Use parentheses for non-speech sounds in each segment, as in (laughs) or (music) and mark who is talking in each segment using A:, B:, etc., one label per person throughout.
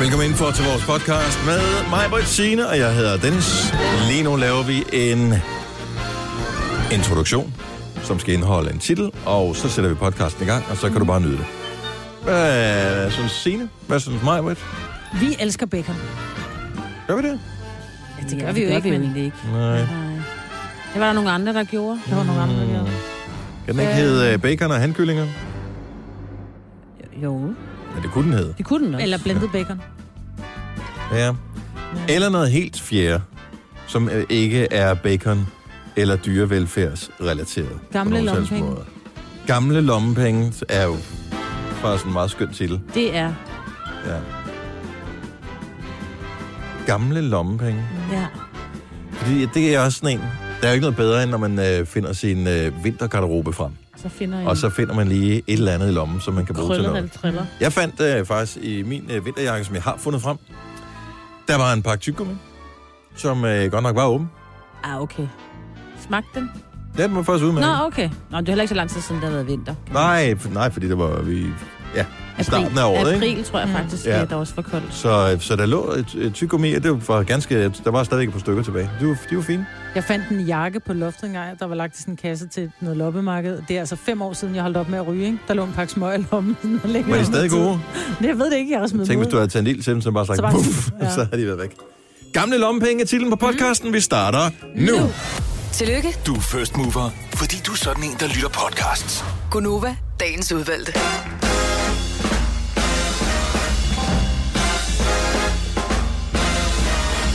A: Velkommen indenfor til vores podcast med mig, Britt Signe, og jeg hedder Dennis. Lige nu laver vi en introduktion, som skal indeholde en titel, og så sætter vi podcasten i gang, og så kan du bare nyde det. Hvad synes Signe? Hvad synes mig, Britt?
B: Vi elsker Beckham.
A: Gør vi det?
B: Ja, det gør vi jo ikke, men
C: egentlig ikke.
A: Nej.
B: det var der nogle andre, der gjorde. Der var nogle andre, der gjorde.
A: Kan den ikke hedde øh, bacon og handkyllinger?
C: Jo,
A: Ja, det kunne den hedde.
C: det kunne den også.
B: Eller blendet bacon.
A: Ja. Eller noget helt fjerde, som øh, ikke er bacon eller dyrevelfærdsrelateret. på
B: Gamle
A: nogen som helst
B: lommepenge.
A: måde. Gamle lommepenge er jo bare sådan en meget skøn titel.
C: det er.
A: Ja. Gamle lommepenge.
B: Mm.
C: Ja.
A: Fordi det er også sådan en, der er jo ikke noget bedre, end når man øh, finder sin øh, vintergarderobe frem.
B: Mm.
C: Så finder jeg
A: Og så finder man lige et eller andet i lommen, som man kan bruge til
C: krøllet eller
A: noget.
C: triller.
A: Jeg fandt øh, faktisk i min øh, vinterjakke, som jeg har fundet frem, der var en pakke tyggegummi, som øh, godt nok var åben.
C: Ah, okay. Smagte den?
A: Ja, den var faktisk udmærket.
C: Nå, okay. Nå, det er heller ikke så lang tid siden, der har været vinter.
A: Nej, f- nej, fordi det var vi... Ja, i starten af året,
C: April,
A: ikke?
C: tror jeg faktisk,
A: Ja.
C: ja. der også var koldt.
A: Så, øh, så der lå et, et tyggegummi, og det var ganske... Der var stadigvæk et par stykker tilbage. De var, de var fine.
B: Jeg fandt en jakke på loftet engang, der var lagt i sådan en kasse til noget loppemarked. Det er altså fem år siden, jeg holdt op med at ryge, ikke? Der lå en pakke smøg i lommen. og længe
A: Var
B: under
A: de stadig
B: tiden.
A: gode?
B: Det jeg ved det ikke, jeg har smidt
A: Tænk,
B: dem
A: hvis du
B: ud.
A: havde tændt ild til dem, så bare sagt,
B: Så bare-
A: Puff,
B: ja.
A: så havde de været væk. Gamle lommepenge er titlen på podcasten. Vi starter nu. nu.
D: Tillykke,
E: Du er first mover, fordi du er sådan en, der lytter podcasts.
D: Gunova, dagens udvalgte.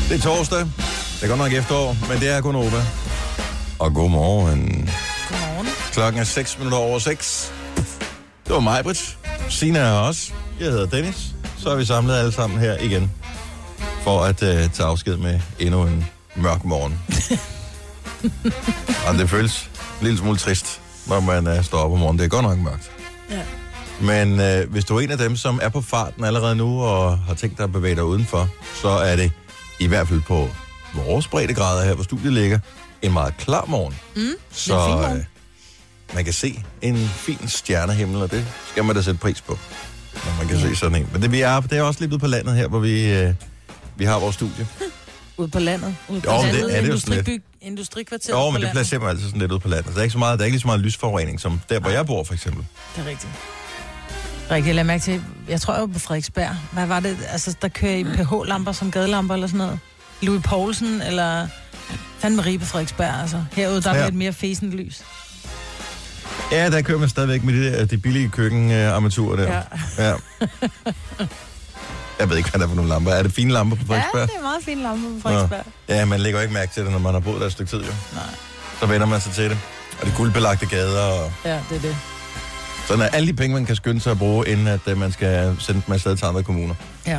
A: Det er torsdag. Det er godt nok efterår, men det er kun Opa. Og godmorgen.
B: Godmorgen.
A: Klokken er 6 minutter over 6. Det var mig, Britt. Sina er også. Jeg hedder Dennis. Så er vi samlet alle sammen her igen. For at uh, tage afsked med endnu en mørk morgen. Og det føles en lille smule trist, når man uh, står op om morgenen. Det er godt nok mørkt.
B: Ja.
A: Men øh, hvis du er en af dem, som er på farten allerede nu og har tænkt dig at bevæge dig udenfor, så er det i hvert fald på vores breddegrader her, hvor studiet ligger, en meget klar morgen. Mm, så
B: en fin morgen.
A: man kan se en fin stjernehimmel, og det skal man da sætte pris på, når man kan se sådan en. Men det, vi er, det er også lidt ude på landet her, hvor vi, øh, vi har vores studie.
B: (laughs) Ude på landet. Ude
A: Jo,
B: på
A: men
B: landet.
A: det er det jo sådan lidt.
B: Industribyg, industrikvarter
A: Jo,
B: på
A: men det
B: landet.
A: placerer man altid sådan lidt ude på landet. Så der er ikke, så meget, der er ikke lige så meget lysforurening, som der, hvor jeg bor for eksempel.
B: Det er rigtigt. Rigtigt, lad mærke til. Jeg tror, jeg var på Frederiksberg. Hvad var det? Altså, der kører I pH-lamper som gadelamper eller sådan noget. Louis Poulsen eller... Fanden Marie på Frederiksberg, altså. Herude, der er
A: Ja.
B: ja. lidt mere fæsent lys.
A: Ja, der kører man stadigvæk med de, der, de billige køkkenarmaturer der. Ja. ja. Jeg ved ikke, hvad der er for nogle lamper. Er det fine lamper på
B: Ja,
A: Frederiksberg?
B: det er meget fine lamper på Frederiksberg.
A: Ja, ja man lægger jo ikke mærke til det, når man har boet der et stykke tid, jo. Nej. Så vender man sig til det. Og det er guldbelagte gader, og
B: Ja, ja det er det.
A: sådan er alle de penge, man kan skynde sig at bruge, inden at øh, man skal sende dem afsted til andre kommuner.
B: Ja.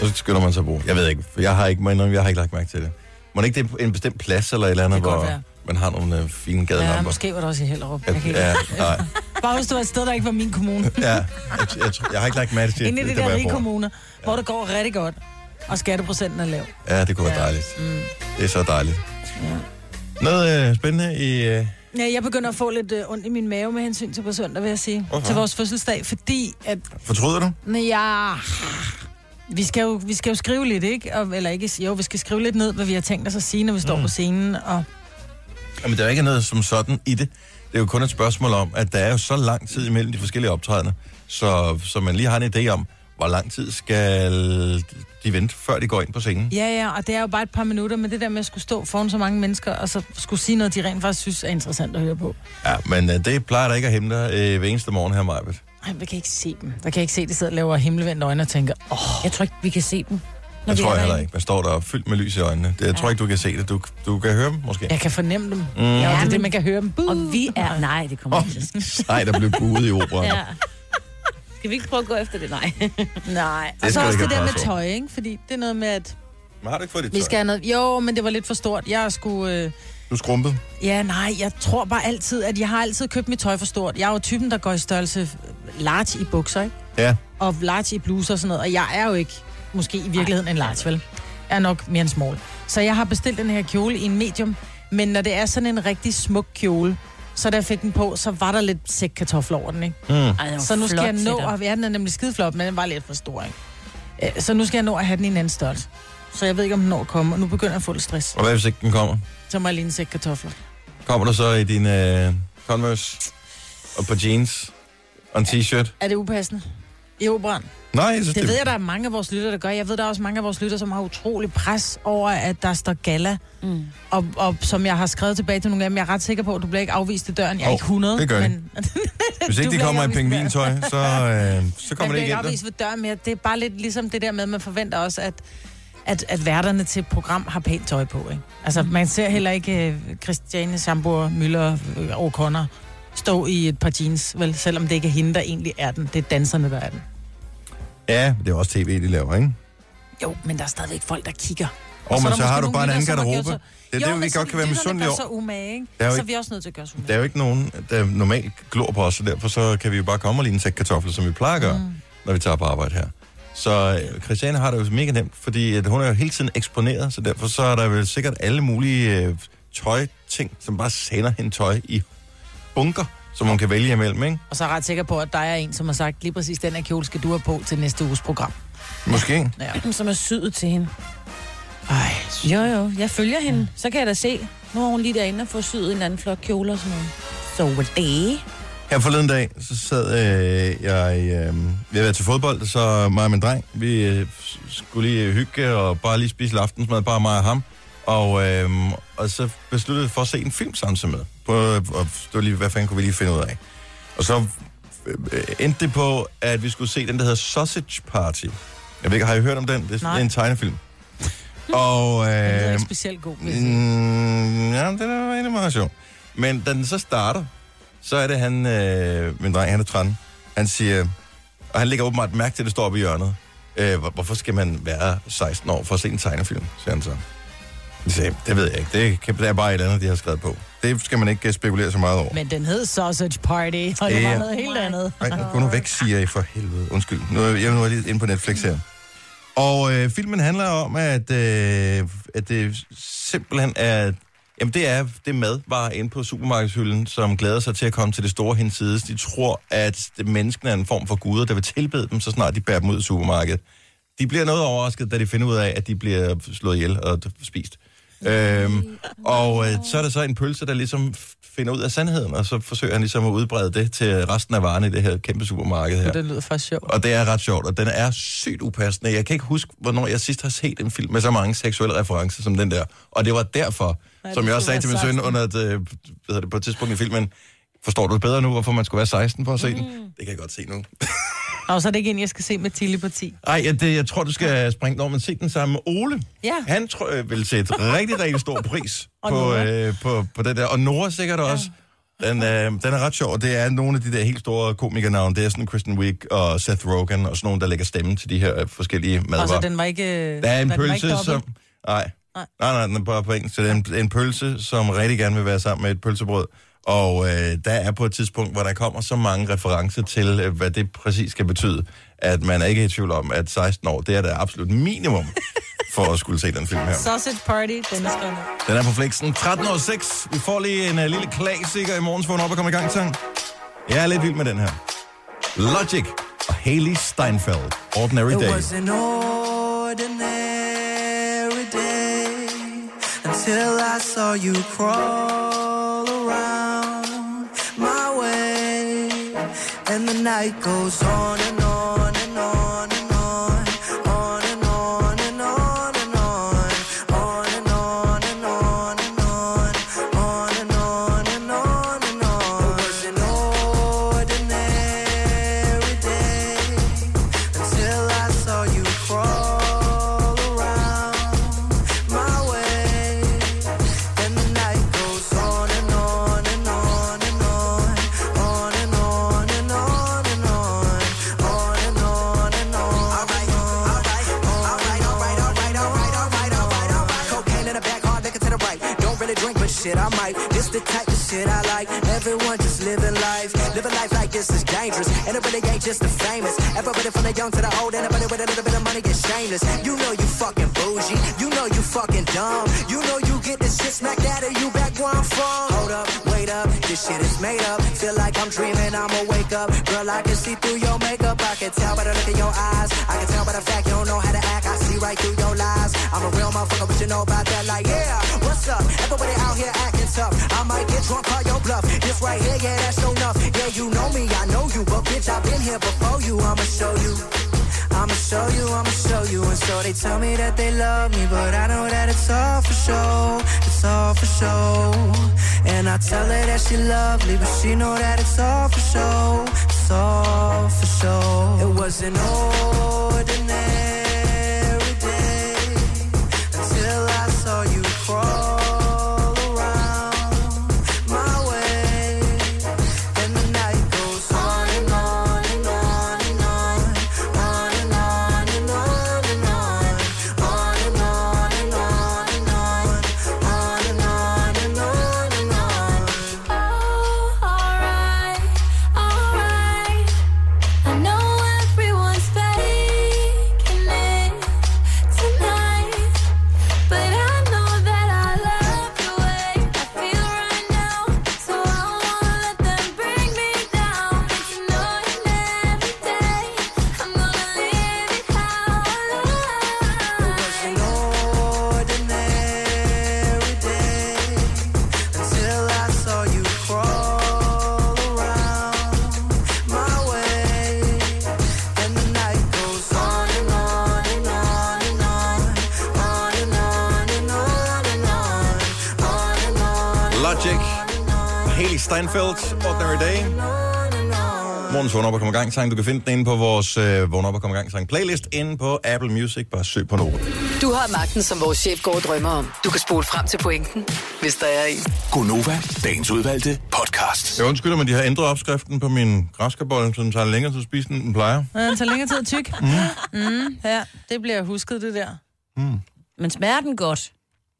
A: Og så skynder man sig at bruge. Jeg ved ikke, for jeg har ikke, må jeg indrømme, jeg har ikke lagt mærke til det. Må det ikke det er en bestemt plads eller et eller andet,
B: Det kan
A: hvor
B: godt være.
A: man har nogle øh, fine gadelamper?
B: ja måske var det også i Hellerup. Jeg kan ikke-
A: Ja, ja, nej,
B: Bare hvis du var et sted, der ikke var min
A: (laughs)
B: kommune.
A: ja. Jeg, jeg, tror- jeg, har ikke lagt mærke til
B: Inde i de
A: det,
B: der
A: hvor jeg
B: rige
A: bor.
B: kommuner, hvor det går rigtig godt, og skatteprocenten er lav.
A: Ja, det kunne være
B: Ja.
A: dejligt. Mm. Det er så dejligt. Ja. Noget øh, spændende i... Øh,
B: Ja, jeg begynder at få lidt øh, ondt i min mave med hensyn til på søndag, vil jeg sige.
A: Hvorfor?
B: Til vores fødselsdag, fordi at...
A: fortryder du?
B: nej, Ja, vi skal, jo, vi skal jo skrive lidt, ikke? Og, eller ikke, jo, vi skal skrive lidt ned, hvad vi har tænkt os at sige, når vi står mm. på scenen. Og,
A: Jamen, der er ikke noget som sådan i det. Det er jo kun et spørgsmål om, at der er jo så lang tid imellem de forskellige optrædener, så, så man lige har en idé om, hvor lang tid skal de vente, før de går ind på scenen.
B: ja, ja, og det er jo bare et par minutter, men det der med at skulle stå foran så mange mennesker, og så skulle sige noget, de rent faktisk synes er interessant at høre på.
A: Ja, men øh, det plejer der ikke at hæmme dig øh, hver eneste morgen her, Majbet.
B: Ej, vi kan ikke se dem. Der kan jeg ikke se, at de sidder og laver himmelvendte øjne og tænker, åh, oh,
C: Jeg tror ikke, vi kan se dem.
A: Jeg
C: vi
A: tror
C: er
A: jeg heller
C: derinde.
A: ikke. Man står der og fyldt med lys i øjnene. Det, jeg tror ikke, du kan se det. Du, du kan høre dem, måske.
B: jeg kan fornemme dem. Mm. Ja, og det er det,
C: men-
B: man kan høre dem. Buh.
C: Og vi er... Nej, det kommer
A: Åh,
C: ikke til at ske.
A: Nej, der blev buet i operan.
C: Ja. Skal vi ikke prøve at gå efter det? Nej.
B: Nej,
A: skal
B: og så
A: du
B: også
A: ikke
B: det der
A: have
B: med
A: presset.
B: tøj, ikke? Fordi det er noget med, at
A: Men har du ikke fået dit
B: vi
A: tøj?
B: skal have noget... Jo, men det var lidt for stort. Jeg skulle... Øh...
A: Du er skrumpet.
B: Ja, nej, jeg tror bare altid, at jeg har altid købt mit tøj for stort. Jeg er jo typen, der går i størrelse large i bukser, ikke?
A: Ja.
B: Og large i bluser og sådan noget. Og jeg er jo ikke, måske i virkeligheden, en large, vel? Jeg er nok mere en small. Så jeg har bestilt den her kjole i en medium. Men når det er sådan en rigtig smuk kjole, så da jeg fik den på, så var der lidt sæk kartofler over den, ikke?
A: Hmm.
C: Ej, det var
B: Så nu skal
C: flot
B: jeg
C: til
B: nå,
C: dig.
B: og ja, den er nemlig skideflot, men den var lidt for stor, ikke? Øh, Så nu skal jeg nå at have den i en anden størrelse. Så jeg ved ikke, om den når at komme, og nu begynder jeg at få lidt stress.
A: Og hvad hvis ikke den kommer?
B: Så må jeg lige en sæk kartofler.
A: Kommer du så i din øh, Converse og på jeans og en t-shirt?
B: Er det upassende? I operan?
A: Nej, jeg synes,
B: Det ved jeg, der er mange af vores lytter, der gør. Jeg ved, der er også mange af vores lytter, som har utrolig pres over, at der står gala. Mm. Og, og, som jeg har skrevet tilbage til nogle af dem, jeg er ret sikker på, at du bliver ikke afvist i døren. Jeg er
A: Hov,
B: ikke 100,
A: det gør jeg
B: (laughs) men
A: Hvis ikke
B: Du
A: de
B: bliver
A: kommer i
B: ikke afvist
A: pingvintøj, så, øh, så
B: man
A: kommer det
B: bliver
A: ikke
B: ikke
A: ind.
B: afvist ved døren mere. Det er bare lidt ligesom det der med, at man forventer også, at, at, at værterne til et program har pænt tøj på. Ikke?
A: Mm.
B: Altså, man ser heller ikke øh, Christiane Sambor, Møller og O'Connor stå i et par jeans, vel? Selvom det ikke er hende, der egentlig er den. Det er danserne, der er den.
A: Ja, det er også tv, de laver, ikke?
B: Jo, men der er stadigvæk folk, der kigger.
A: Og men
B: er der
A: så
B: måske
A: har du
B: nogle
A: bare en anden
B: lytter, som har gjort
A: garderobe. Det er
B: Jo,
A: det,
B: men
A: vi
B: så er
A: godt kan være
B: lytterne,
A: misundelige
B: der
A: over.
B: gør så umage, ikke?
A: Der er jo
B: så er
A: ikke-
B: vi også nødt til at gøre så umage.
A: Der er jo ikke nogen, der normalt glor på os, så derfor så kan vi jo bare komme og lige en sæk kartofler, som vi plejer at gøre, mm. når vi tager på arbejde her. Så øh, Christiane har det jo mega nemt, fordi at hun er jo hele tiden eksponeret, så derfor så er der vel sikkert alle mulige øh, tøjting, som bare sender hende tøj i bunker, som hun kan vælge imellem, ikke?
B: Og så er jeg ret sikker på, at der er en, som har sagt, lige præcis den her kjole skal du have på til næste uges program.
A: Måske.
B: Ja.
C: Som er syet til hende.
B: Ej,
C: Jo, jo. Jeg følger hende. Så kan jeg da se. Nu har hun lige derinde og fået syet en anden flot kjole og sådan noget. Så var det.
A: Her forleden dag, så sad øh, jeg, øh, jeg været til fodbold, så mig og min dreng, vi øh, s- skulle lige hygge og bare lige spise lidt aftensmad, bare mig og ham. Og, øh, og så besluttede vi for at se en film samtidig med. På, øh, og det var lige, hvad fanden kunne vi lige finde ud af. Og så øh, endte det på, at vi skulle se den, der hedder Sausage Party. Jeg ved ikke, har I hørt om den? Det er
B: Nej.
A: en tegnefilm. Og,
B: den er
A: øh,
B: ikke specielt god. vil jeg sige.
A: Mm, ja, det er egentlig meget sjovt. Men da den så starter, så er det han, øh, min dreng, han er 13, han siger, og han lægger åbenbart mærke til, at det står oppe i hjørnet. Øh, hvor- hvorfor skal man være 16 år for at se en tegnefilm, siger han så. Jeg sagde, det ved jeg ikke. Det kan- Det er bare et eller andet, de har skrevet på. Det skal man ikke øh, spekulere så meget over.
B: Men den hed Sausage Party, og det
A: Ja.
B: var noget helt andet. (laughs)
A: Nej, gå nu væk, siger I for helvede. Undskyld. Nu er jeg, nu er jeg lige inde på Netflix her. Og øh, filmen handler om, at, øh, at det simpelthen er... Jamen, det er det madvarer inde på supermarkedshylden, som glæder sig til at komme til det store hensides. De tror, at det- menneskene er en form for guder, der vil tilbede dem, så snart de bærer dem ud i supermarkedet. De bliver noget overrasket, da de finder ud af, at de bliver slået ihjel og spist. Øhm, og øh, så er der så en pølse, der ligesom f- finder ud af sandheden, og så forsøger han ligesom at udbrede det til resten af varerne i det her kæmpe supermarked her.
B: Den lyder faktisk sjov.
A: Og det er ret sjovt, og den er sygt upassende. Jeg kan ikke huske, hvornår jeg sidst har set en film med så mange seksuelle referencer som den der. Og det var derfor, Nej, som
B: det
A: jeg også sagde
B: skulle
A: til min
B: være
A: søn under et, øh, hvad hedder det, på et tidspunkt i filmen, forstår du det bedre nu, hvorfor man skulle være 16 for at se mm. den? Det kan jeg godt se nu.
B: Og så er det ikke en, jeg skal se med Tilly på 10.
A: Ej, jeg, det, jeg tror, du skal springe den over, men se den sammen med Ole.
B: Ja.
A: Han tror, øh, vil sætte rigtig, rigtig stor pris
B: Og
A: på,
B: Nora.
A: øh, på, på det der. Og Nora sikkert ja. også. Den, øh, den er ret sjov, og det er nogle af de der helt store komikernavne. Det er sådan Kristen Wiig og Seth Rogen og sådan nogle, der lægger stemme til de her øh, forskellige madvarer.
B: Og så den var ikke... øh,
A: Der er en
B: den var ikke
A: pølse,
B: dobbelt.
A: som... Nej. nej,
B: Nej.
A: nej, den er bare på engelsk. Så det er en, en pølse, som rigtig gerne vil være sammen med et pølsebrød. Og øh, der er på et tidspunkt, hvor der kommer så mange referencer til, øh, hvad det præcis skal betyde, at man er ikke i tvivl om, at 16 år, det er det absolut
B: (laughs)
A: minimum for at skulle se den film her.
B: Sausage Party, den er skrevet
A: Den
B: ned.
A: er på flexen. 13.06. Vi får lige en uh, lille klassiker i morgens for en op og komme i gang sang. Jeg er lidt vild med den her. Logic og Haley Steinfeld. Ordinary Day.
F: It was an ordinary day until I saw you crawl around my way, and the night goes on and on and on and on, on and on and on and on, on and on and on and on, on and on and on and on. It was an ordinary day until I saw you crawl around my way. And the night goes on and on and on and on, on and on and on and on, on and on and on. All right, all right, all right, all right, all right, all right, all right, all right, all right. Cocaine in the back, hard liquor to the right. Don't really drink, but shit, I might. This the type of shit shit I like. Everyone just living life. Living life like this is dangerous. And it really ain't just the famous. Everybody from the young to the old. Anybody with a little bit of money is shameless. You know you fucking bougie. You know you fucking dumb. You know you get this shit smacked out of you back where I'm from. Hold up, wait up. This shit is made up. Feel like I'm dreaming. I'ma wake up. Girl, I can see through your makeup. I can tell by the look in your eyes. I can tell by the fact you don't know how to act. I see right through your lies. I'm a real motherfucker, but you know about that. Like, yeah, what's up? Everybody out here acting tough. I might get drunk, call your bluff. This right here, yeah, that's no enough. Yeah, you know me, I know you, but bitch, I've been here before you. I'ma show you. I'ma show you, I'ma show you. And so they tell me that they love me, but I know that it's all for show. It's all for show. And I tell her that she lovely, but she know that it's all for show. It's all for show. It was an ordinary day until I saw you crawl around my way. And the night goes on and on and on and on, on and on and on and on, on and on and on and on, on and on and on and on.
G: Oh, alright, alright. I know everyone's faking it tonight, but I know that I love the way I feel right now. So I won't let them bring me down. It's annoying every day. I'm gonna live it how I
F: It was an
G: like.
F: ordinary day until I saw you crawl around my way, and the night goes on and on and on and on, on and on and on and on, on and on
A: Logic, Haley Steinfeld, Ordinary Day.
F: and on.
A: Morgens vågn op og kom i gang sang. Du kan finde den inde på vores øh, vågn op og kom i gang sang playlist inde på Apple Music. Bare søg på Nova.
D: Du har magten, som vores chef går og drømmer om. Du kan spole frem til pointen, hvis der er en.
E: Gonova, dagens udvalgte podcast.
A: Jeg undskylder, men de har ændret opskriften på min græskarbolle, så den tager længere til at spise, end den plejer.
B: Ja, det tager længere tid at tykke. Mm. Mm, ja, det bliver husket, det der.
C: Men smager den godt?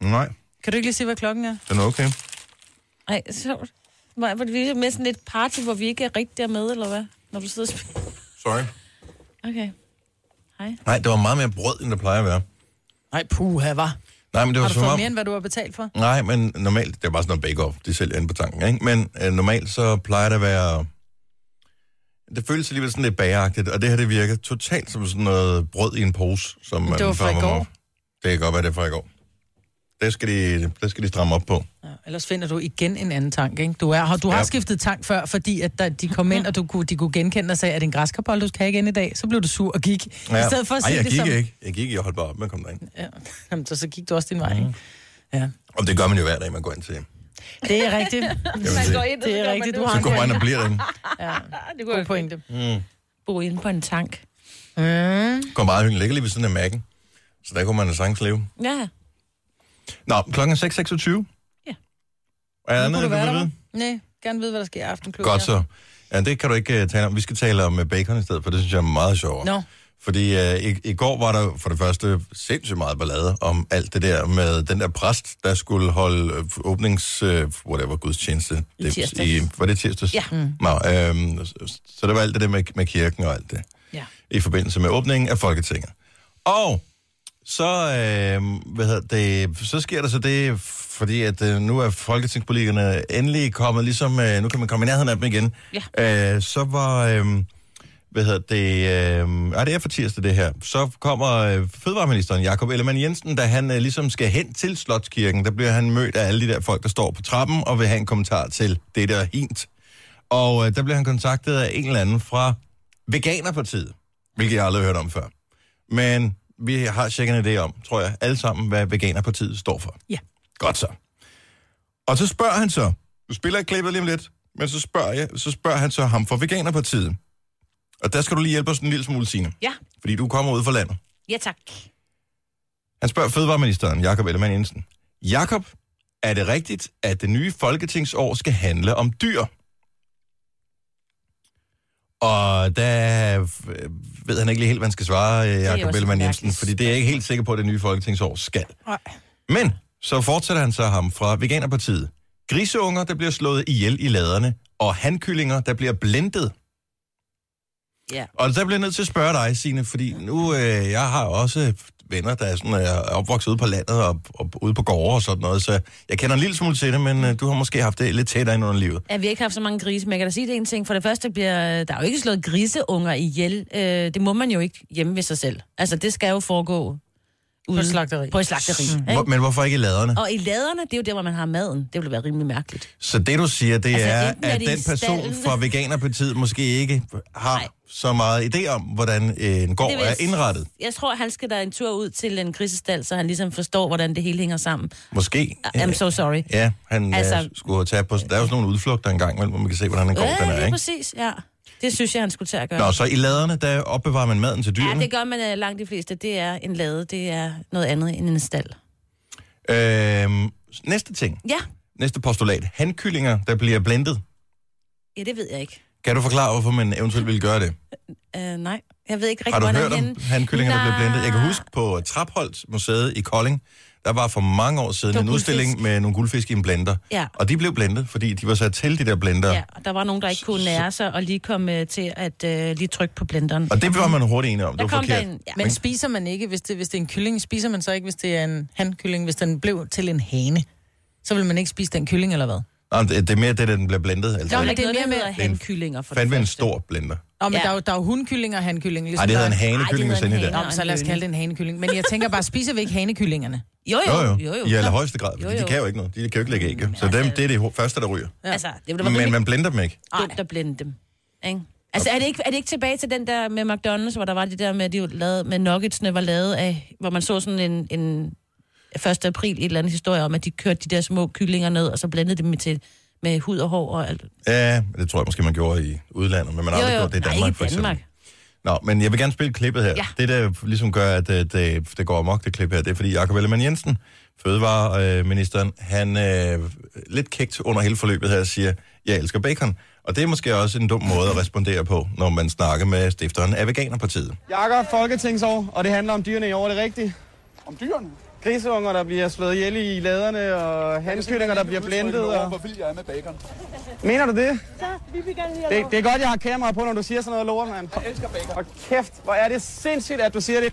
A: Nej,
B: Kan du ikke lige se, hvad klokken er?
A: den er okay.
C: Ej, sjovt. Maja, hvor vi er med sådan lidt party, hvor vi ikke er rigtig dernede, eller hvad? Når du sidder og spiller.
A: Sorry.
C: Okay.
A: Nej, det var meget mere brød, end der plejer at være.
B: Nej, puha, var.
A: Nej, men det var
B: Har du
A: som
B: fået
A: om...
B: mere, end hvad du har betalt for?
A: Nej, men normalt, det er bare sådan noget bake-off, de sælger inde på tanken, ikke? Men øh, normalt så plejer det at være... Det føles alligevel sådan lidt bageragtigt, og det her, det virker totalt som sådan noget brød i en pose, som øh, man
B: det var fra i
A: farver
B: går.
A: op. Det kan godt være, det er fra i går. Det skal de, det skal de stramme op på.
B: Ja, ellers finder du igen en anden tank, ikke? Du, er, har- du har
A: Ja.
B: ja. skiftet tank før, fordi at der, de kom ind, og du kunne, de kunne genkende og sagde, at det en græskarbold, du skal have igen i dag? Så blev du sur og gik. I stedet for at
A: Ej,
B: sige
A: jeg
B: det
A: gik
B: som...
A: ikke. Jeg gik ikke, jeg holdt bare op med at komme derind.
B: Ja. Jamen, så, så gik du også din vej,
A: Mm.
B: ikke? Ja.
A: Og det gør man jo hver dag, man går ind til.
B: Det er
A: (laughs)
B: rigtigt.
A: Man går
C: ind,
B: det er rigtigt. Du
A: Så
B: har en
A: går man
B: pointe.
A: ind og bliver derinde.
C: Det
B: God pointe.
C: bo inde på en tank.
A: Går meget hyggeligt. Ligger lige ved siden af mærken. Så der kunne man da sagtens leve.
C: Ja.
A: Nå, klokken er 6.26.
C: Ja.
A: Er der
C: Nu kunne
A: andet,
C: du
A: du
C: være
A: vil
C: der,
A: vide?
B: Nej, gerne vide, hvad der sker i aften. klokken
A: Godt
B: er.
A: så. Ja, det kan du ikke uh, tale om. Vi skal tale om uh, bacon i stedet, for det synes jeg er meget sjovt.
B: Nå.
A: Fordi uh, i, i går var der for det første sindssygt meget ballade om alt det der med den der præst, der skulle holde øh, åbnings... Øh, whatever, gudstjeneste.
C: I
A: Det-
C: tirsdags.
A: Var det tirsdags?
C: Ja.
A: Mm. Nå, øhm, så, så der var alt det der med, med kirken og alt det.
B: Ja.
A: I forbindelse med åbningen af Folketinget. Og så, øh, hvad hedder det, så sker der så det, fordi at øh, nu er folketingspolitikerne endelig kommet, ligesom øh, nu kan man komme i nærheden af dem igen. Ja. Øh, så var, øh, hvad hedder det, øh, ej, det er for tirsdag det her, så kommer øh, fødevareministeren Jakob Ellemann Jensen, da han øh, ligesom skal hen til Slotskirken, der bliver han mødt af alle de der folk, der står på trappen og vil have en kommentar til det der hint. Og øh, der bliver han kontaktet af en eller anden fra Veganerpartiet, hvilket jeg aldrig har hørt om før. Men vi har sikkert en idé om, tror jeg, alle sammen, hvad Veganerpartiet står for.
B: Ja.
A: Godt så. Og så spørger han så, du spiller ikke klippet lige om lidt, men så spørger, jeg, så spørger han så ham fra Veganerpartiet. Og der skal du lige hjælpe os en lille smule, Signe.
C: Ja.
A: Fordi du kommer ud fra landet.
C: Ja, tak.
A: Han spørger fødevareministeren, Jakob Ellemann Jensen. Jakob, er det rigtigt, at det nye folketingsår skal handle om dyr? Og der øh, ved han ikke lige helt, hvad han skal svare, øh, Jakob
C: også
A: Ellemann Jensen,
C: mærkeligt.
A: fordi det er jeg ikke helt sikker på, at det nye folketingsår skal.
B: Nej.
A: Men så fortsætter han så ham fra Veganerpartiet. Griseunger, der bliver slået ihjel i laderne, og handkyllinger, der bliver blendet.
C: Ja.
A: Og der bliver jeg nødt til at spørge dig, Signe, fordi nu, øh, jeg har også venner, der er, sådan, øh, er opvokset ude på landet og, og ude på gårde og sådan noget, så jeg kender en lille smule til det, men øh, du har måske haft det lidt tættere ind under livet.
C: at vi ikke har haft så mange grise, men jeg kan da sige det en ting. For det første bliver der er jo ikke slået griseunger ihjel. Øh, det må man jo ikke hjemme ved sig selv. Altså, det skal jo foregå ude
B: et slagteri.
C: På et slagteri.
A: Mm. Hvor,
C: Ikke?
A: men hvorfor ikke i laderne?
C: Og i laderne, det er jo der, hvor man har maden. Det ville være rimelig mærkeligt.
A: Så det, du siger, det altså,
C: Altså,
A: er,
C: enten er
A: at
C: det i
A: den person
C: stalden.
A: fra Veganerpartiet måske ikke har Nej.
C: Nej.
A: så meget idé om, hvordan øh, en gård
C: Det vil
A: er
C: jeg s-
A: indrettet.
C: Jeg tror, han skal da en tur ud til en grisestal, så han ligesom forstår, hvordan det hele hænger sammen.
A: Måske.
C: Ah, I'm so sorry.
A: Ja, han altså,
C: Altså- Øh,
A: skulle tage på... Der er jo sådan nogle udflugter en gang, imellem, hvor man kan se, hvordan en gård den
C: lige
A: er, ikke?
C: præcis, ja. Det synes jeg, han skulle tage at gøre.
A: Nå, så i laderne, der opbevarer man maden til dyrene.
C: ja, det gør man øh, langt de fleste. Det er en lade, det er noget andet end en stald.
A: øhm, næste ting,
C: Ja,
A: næste postulat. Handkyllinger, der bliver blendet.
C: ja det ved jeg ikke.
A: Kan du forklare, hvorfor man eventuelt ville gøre det?
C: Uh, nej, jeg ved ikke
A: Har
C: rigtig,
A: du
C: hvordan
A: hørt om
C: hende-
A: handkyllinger, der blev
C: Nej.
A: blendet? Jeg kan huske på Trapholdt Museet i Kolding, der var for mange år siden
C: Det var
A: en udstilling
C: guldfisk.
A: med nogle guldfisk i en blender.
C: Ja.
A: Og de blev blendet, fordi de var sat til, de der blender.
C: Ja, og der var nogen, der ikke kunne nære sig og lige komme øh, til at øh, lige trykke på blenderen.
A: Og det var man hurtigt enig om,
C: der
A: det var
C: kom der
A: forkert.
C: en, ja,
B: Men spiser man ikke, hvis det, hvis det er en kylling, spiser man så ikke, hvis det er en handkylling, hvis den blev til en hane? Så vil man ikke spise den kylling, eller hvad?
A: Nå, men det det er mere det, at den bliver blendet. Altså,
C: der
A: det
C: var
A: er
B: men
C: ikke
B: det er
C: noget, der
B: mere
C: hedder
A: med-
C: handkyllinger. For det
A: fandme en
C: første.
A: stor blender.
B: Nå, men
C: Ja.
B: ja. der, er jo, der er jo hundkylling og hankylling. Ligesom
A: Ej, det
B: der
A: hedder
B: er-
A: en
C: Ej, det
A: hanekylling, hvis
C: hedder en
A: ind i det.
C: hane.
B: Nå, men så lad os kalde det en hanekylling. Men jeg tænker bare, spiser vi ikke hanekyllingerne?
C: Jo, jo,
A: Jo,
C: jo, jo.
A: jo. I allerhøjeste grad. Fordi
C: Jo, jo.
A: de kan jo ikke noget. De kan jo ikke lægge æg. jo. Så dem, det er det ho- første, der ryger.
C: Ja. Altså, det ville da være
A: Men
C: rimelig
A: man blender dem ikke.
C: dumt at blende dem. Ikke? Altså, er det, ikke, er det ikke tilbage til den der med McDonald's, hvor der var det der med, at de jo lavede, med nuggetsene var lavet af, hvor man så sådan en, en 1. april et eller andet historie om, at de kørte de der små kyllinger ned, og så blandede dem med, til, med hud og hår og alt.
A: Ja, det tror jeg måske, man gjorde i udlandet, men man har aldrig gjort det i Danmark,
C: Nej,
A: for
C: ikke i
A: eksempel.
C: Danmark.
A: Nå, men jeg vil gerne spille klippet her. Ja.
C: Ja.
A: Det, der ligesom gør, at det, det, det går amok, det klip her, det er, fordi Jakob Ellemann Jensen, fødevareministeren, han øh, lidt kægt under hele forløbet her siger, jeg elsker bacon. Og det er måske også en dum måde at respondere på, når man snakker med stifteren af Veganerpartiet.
H: Jakob, Folketingsår, og det handler om dyrene i år, er det rigtigt?
I: Om dyrene?
H: Griseunger, der bliver slået ihjel i laderne, og hanskyllinger, der bliver blendet.
I: Og...
H: Og...
I: Hvor vild jeg er med bacon.
H: Mener du det?
J: Vi vil gerne lige
H: det? Det er godt, jeg har kamera på, når du siger sådan noget lort, mand.
I: Jeg elsker bacon.
H: Og kæft, hvor er det sindssygt, at du siger det.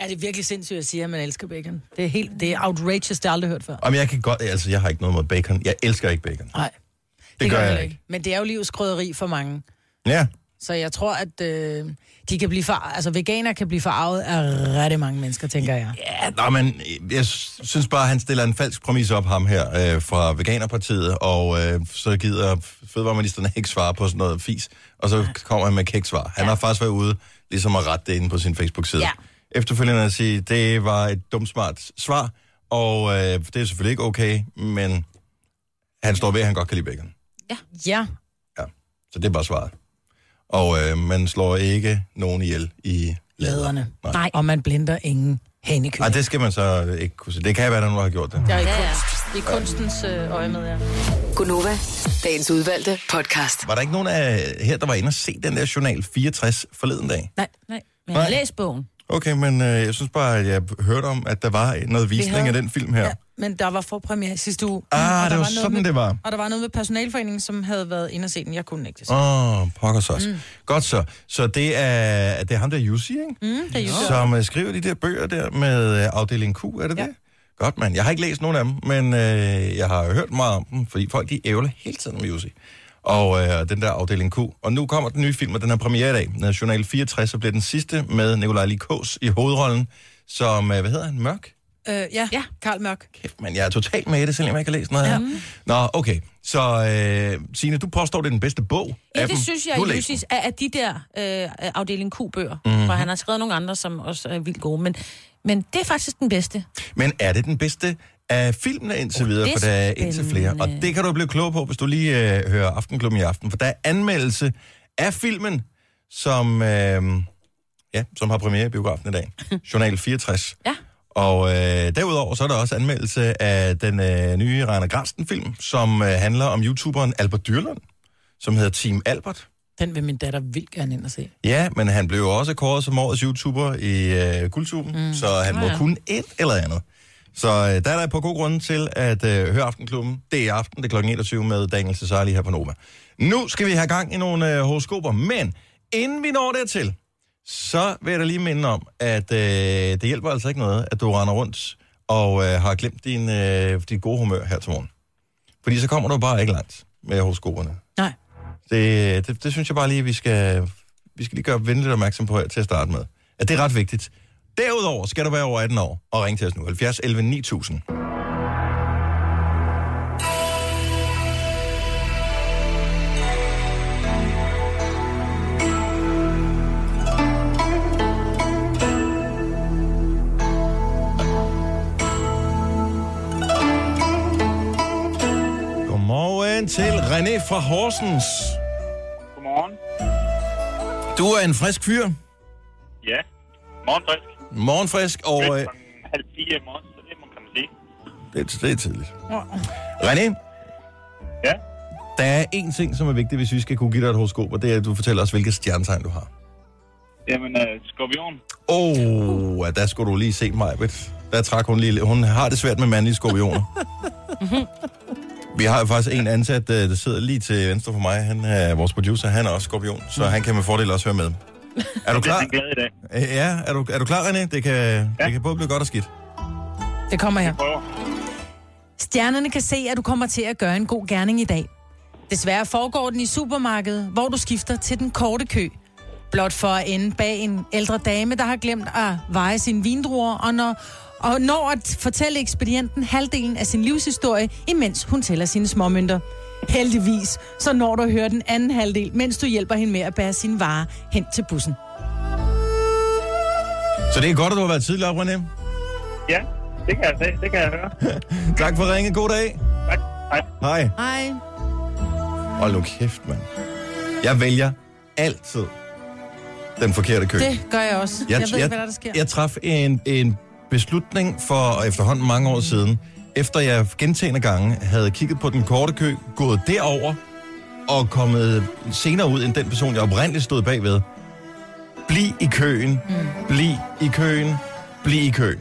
B: Er det virkelig sindssygt at sige, at man elsker bacon? Det er, helt, det er outrageous, det har jeg aldrig hørt før.
A: Jamen, jeg kan godt, altså, jeg har ikke noget mod bacon. Jeg elsker ikke bacon.
B: Nej, det,
A: Det, gør jeg
B: heller
A: ikke.
B: Men det er jo livets krydderi for mange.
A: Ja,
B: Så jeg tror, at øh, de kan blive far... altså, veganer kan blive farvet af rigtig mange mennesker, tænker jeg.
A: Ja, nå, men øh, jeg synes bare, han stiller en falsk præmis op, ham her, øh, fra Veganerpartiet, og øh, så gider fødevareministeren ikke svare på sådan noget fis, og så kommer han med kæksvar. Han har faktisk været ude ligesom at rette det inde på sin Facebook-side.
C: Ja.
A: Efterfølgende at sige, det var et dumt smart svar, og øh, det er selvfølgelig ikke okay, men han står ved, at han godt kan lide bacon.
B: Ja,
A: Ja, så det er bare svaret. Og øh, man slår ikke nogen ihjel i laderne.
B: laderne. Nej. Og man blinder ingen hanekylling.
A: Nej, det skal man så ikke kunne se. Det kan være, at der er nogen, der har gjort det.
B: Jeg er i, kunst, i kunstens øh, øje med, ja.
D: Gunova, dagens udvalgte podcast.
A: Var der ikke nogen af her, der var inde og se den der Journal 64 forleden dag?
B: Nej,
C: Nej, men
A: Nej.
C: læs bogen.
A: Okay, men øh, jeg synes bare, at jeg hørte om, at der var noget visning
B: havde-
A: af den film her. Ja.
B: Ja, men der var forpremiere i sidste uge.
A: Ah, det
B: og
A: var
B: noget
A: sådan,
B: med,
A: det var.
B: Og der var noget med personalforeningen, som havde været inde og se den. Jeg kunne den ikke det. Oh.
A: Åh, oh, pokker så mm. Godt så. Så det er, det er ham der, Jussi, ikke? Mm,
B: det er Jussi.
A: Som øh, skriver de der bøger der med øh, afdeling Q, er det ja. det? Godt, mand. Jeg har ikke læst nogen af dem, men øh, jeg har hørt meget om dem, fordi folk de ævler hele tiden om Jussi. Og øh, den der afdeling Q. Og nu kommer den nye film, og den har premiere i dag. Den er Journal 64, så bliver den sidste med Nikolaj Likos i hovedrollen, som, øh, hvad hedder han, Mørk?
B: Øh, ja,
C: Ja.
B: Karl Mørk.
A: Kæft, men jeg er totalt med i det, selvom jeg ikke har læst noget ja. her. Nå, okay. Så øh, Signe, du påstår, det er den bedste bog
C: Ja,
A: af dem.
C: det synes jeg,
A: Du har læst Mhm.
C: Jussis, er, at de der øh, afdeling Q-bøger, mm-hmm. for han har skrevet nogle andre, som også er vildt gode, men, men det er faktisk den bedste.
A: Men er det den bedste af filmene indtil oh, videre?
C: det er
A: For der er indtil flere. Og
C: spændende.
A: det kan du blive klog på, hvis du lige øh, hører Aftenklubben i aften. For der er anmeldelse af filmen, som, øh, ja, som har premiere i biografen
C: (laughs)
A: i dag. Journal 64.
C: Ja.
A: Og øh, derudover så er der også anmeldelse af den øh, nye Rainer Grasten-film, som øh, handler om YouTuberen Albert Dyrlund, som hedder Team Albert.
B: Den vil min datter vildt gerne ind og se.
A: Ja, men han blev jo også kåret som årets YouTuber i øh, Guldtuben, mm. så han må
C: Nå ja.
A: kunne et eller andet. Så øh, der er der på god grund til at øh, høre Aftenklubben. Det er i aften, det er kl. 21 med Daniel Cesarli her på Nova. Nu skal vi have gang i nogle øh, horoskoper, men inden vi når dertil, så vil jeg da lige minde om, at øh, det hjælper altså ikke noget, at du render rundt og øh, har glemt din, øh, dit gode humør her til morgen. Fordi så kommer du bare ikke langt med horoskoperne.
B: Nej.
A: Det, det, det synes jeg bare lige, vi skal, vi skal lige gøre venligt opmærksom på her til at starte med. At det er ret vigtigt. Derudover skal du være over 18 år og ringe til os nu. 70 11 9000. Godmorgen til René fra Horsens.
I: Godmorgen.
A: Du er en frisk fyr.
I: Ja. Morgen, frisk.
A: Morgenfrisk og... Øh,
I: Klokken halv fire i morgen, så det må kan man sige.
A: det, det er tidligt. René,
I: Ja.
A: der er én ting, som er vigtig, hvis vi skal kunne give dig et horoskop, og det er, at du fortæller os, hvilket stjernetegn du har.
I: Jamen, øh, skorpion.
A: Åh, oh, der skulle du lige se mig. Der trak hun lige... Hun har det svært med mandlige skorpioner. Vi har jo faktisk en ansat, øh, der sidder lige til venstre for mig. Han er vores producer. Han er også skorpion, så han kan med fordel også høre med. Er
I: Det
A: du
I: er
A: klar?
I: han glad i dag.
A: Øh, Ja, er du, er du klar, René? Det kan, ja. det kan både blive godt og skidt.
B: Det kommer her.
I: Prøver.
B: Stjernerne kan se, at du kommer til at gøre en god gerning i dag. Desværre foregår den i supermarkedet, hvor du skifter til den korte kø. Blot for at ende bag en ældre dame, der har glemt at veje sine vindruer, og når, og når at fortælle ekspedienten halvdelen af sin livshistorie, imens hun tæller sine småmønter. Heldigvis, så når du at høre den anden halvdel, mens du hjælper hende med at bære sine varer hen til bussen.
A: Så det er godt, at du har været tidligere, René.
I: Ja, det kan jeg se. Det kan jeg høre.
A: Tak for ringen. God dag.
I: Tak. Hej.
A: Hej.
B: Hej.
A: Hold nu kæft, mand. Jeg vælger altid den forkerte kø.
B: Det gør jeg også. Jeg, jeg ved ikke, hvad der, der sker.
A: Jeg traf en, en beslutning for efterhånden mange år siden, efter jeg gentagende gange havde kigget på den korte kø, gået derover og kommet senere ud end den person, jeg oprindeligt stod bagved. Bliv i køen, mm. bliv i køen, bliv i køen.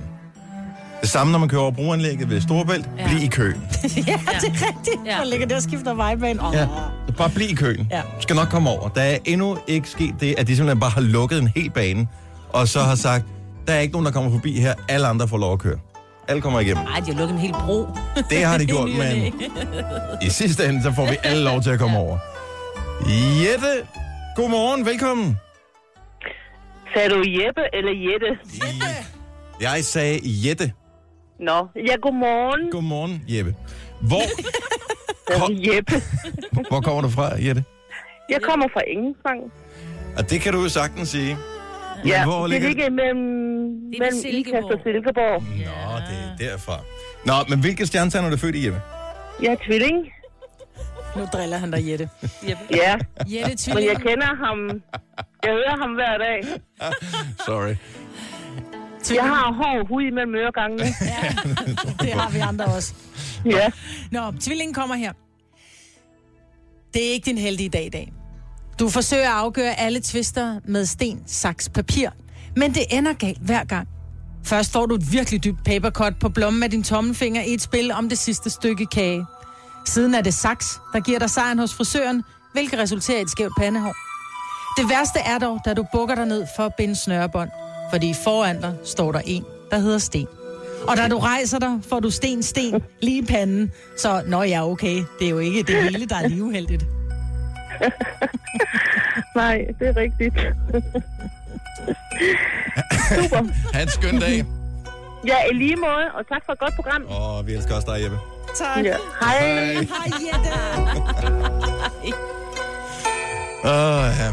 A: Det samme, når man kører over broanlægget ved Storebælt. Ja. Bliv i køen.
B: (laughs) ja, det er rigtigt.
C: Ja.
B: Ja. Der ligger der og skifter vejbane. Åh,
A: Ja. Så bare bliv i køen.
B: Ja.
A: Du skal nok komme over. Der er endnu ikke sket det, at de simpelthen bare har lukket en hel bane, og så har sagt, der er ikke nogen, der kommer forbi her. Alle andre får lov at køre. Alle kommer igennem.
C: Ej, de har lukket en hel bro.
A: Det har de gjort,
C: I ny og næ.
A: men i sidste ende, så får vi alle lov til at komme over. Jette, godmorgen, velkommen.
J: Sagde du Jeppe eller Jette?
A: Jeg sagde Jette.
J: Nå, ja, godmorgen.
A: Godmorgen, Jeppe. Hvor,
J: Jeg er Jeppe.
A: hvor kommer du fra, Jette?
J: Jeg kommer fra Engelsvang.
A: Og det kan du jo sagtens sige. Men
J: Ja,
A: hvor
J: det
A: ligger
J: ligger mellem,
C: ved
J: mellem
C: Silkeborg.
J: Ikast og Silkeborg.
A: Nå, det er derfra. Nå, men hvilke stjernetegn er du født i, Jeppe?
J: Jeg er tvilling.
B: nu driller han dig, Jette.
J: Ja,
B: Jette
J: men jeg
B: Tvilling.
J: kender ham. Jeg hører ham hver dag.
A: Sorry.
J: Jeg har hård hud mellem
I: (laughs)
J: øregangene.
B: Det har vi andre også.
J: Ja,
B: Nå, tvillingen kommer her. Det er ikke din heldige dag i dag. Du forsøger at afgøre alle tvister med sten, saks, papir. Men det ender galt hver gang. Først får du et virkelig dybt papercut på blommen af din tommelfinger i et spil om det sidste stykke kage. Siden er det saks, der giver dig sejren hos frisøren, hvilket resulterer i et skævt pandehår. Det værste er dog, da du bukker dig ned for at binde snørebånd, fordi foran dig står der en, der hedder Sten. Og da du rejser dig, får du sten, sten lige i panden. Så, nå ja, okay, det er jo ikke det hele, der er lige uheldigt.
J: nej, det er rigtigt.
A: Ha' en skøn dag.
J: (laughs) Ja, i lige måde, og tak for et godt program.
A: Åh, oh, vi elsker også dig, Jeppe.
B: Tak.
J: Ja. Hej.
A: Hej.
B: Hej, Jette.
A: (laughs) Åh, ja.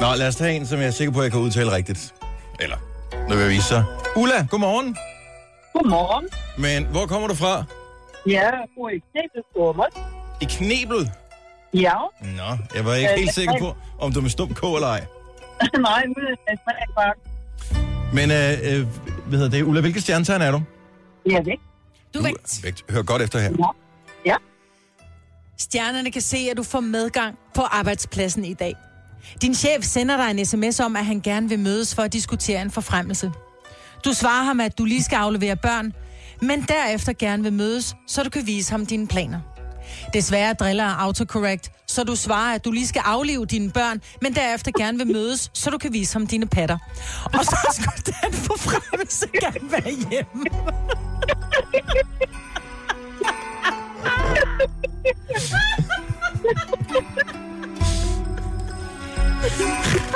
A: Nå, lad os tage en, som jeg er sikker på, at jeg kan udtale rigtigt. Eller, nu vil jeg vise sig. Ulla, godmorgen.
J: Godmorgen.
A: Men hvor kommer du fra?
J: Ja, jeg bor i Knæbelstormer.
A: I Knebel.
J: Ja,
A: Nå, jeg var ikke
J: Øh,
A: helt sikker
J: nej.
A: på, om du er med stum K eller ej.
J: nej, ude af Frederiksberg.
A: Men, øh, øh, hvad hedder det? Ulla, hvilke stjernetegn er du?
J: Jeg er væk.
B: Du er vægt.
A: vægt. Hør godt efter her.
B: Stjernerne kan se, at du får medgang på arbejdspladsen i dag. Din chef sender dig en sms om, at han gerne vil mødes for at diskutere en forfremmelse. Du svarer ham, at du lige skal aflevere børn, men derefter gerne vil mødes, så du kan vise ham dine planer. Desværre driller er autocorrect, så du svarer, at du lige skal aflive dine børn, men derefter gerne vil mødes, så du kan vise ham dine patter. Og så skulle den forfremmelse gerne være hjemme.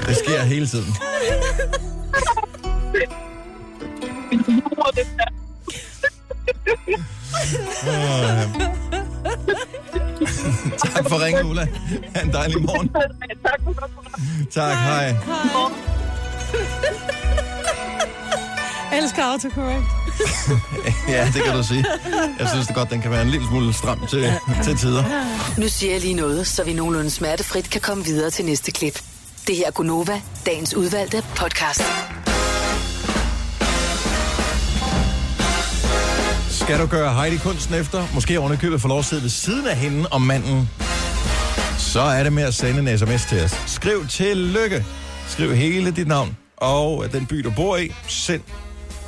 A: Det sker hele tiden. Åh, ja. tak for ringen, Ulla. Ha' en dejlig morgen. Tak, hej.
B: Elsker autocorrect.
A: Ja, det kan du sige. Jeg synes det godt, den kan være en lille smule stram til, til tider.
D: Nu siger jeg lige noget, så vi nogenlunde smertefrit kan komme videre til næste klip. Det her er Gunova, dagens udvalgte podcast.
A: Skal du gøre Heidi kunsten efter, måske oven i købet får lov at sidde ved siden af hende og manden, så er det med at sende en sms til os. Skriv til lykke. Skriv hele dit navn og den by, du bor i. Send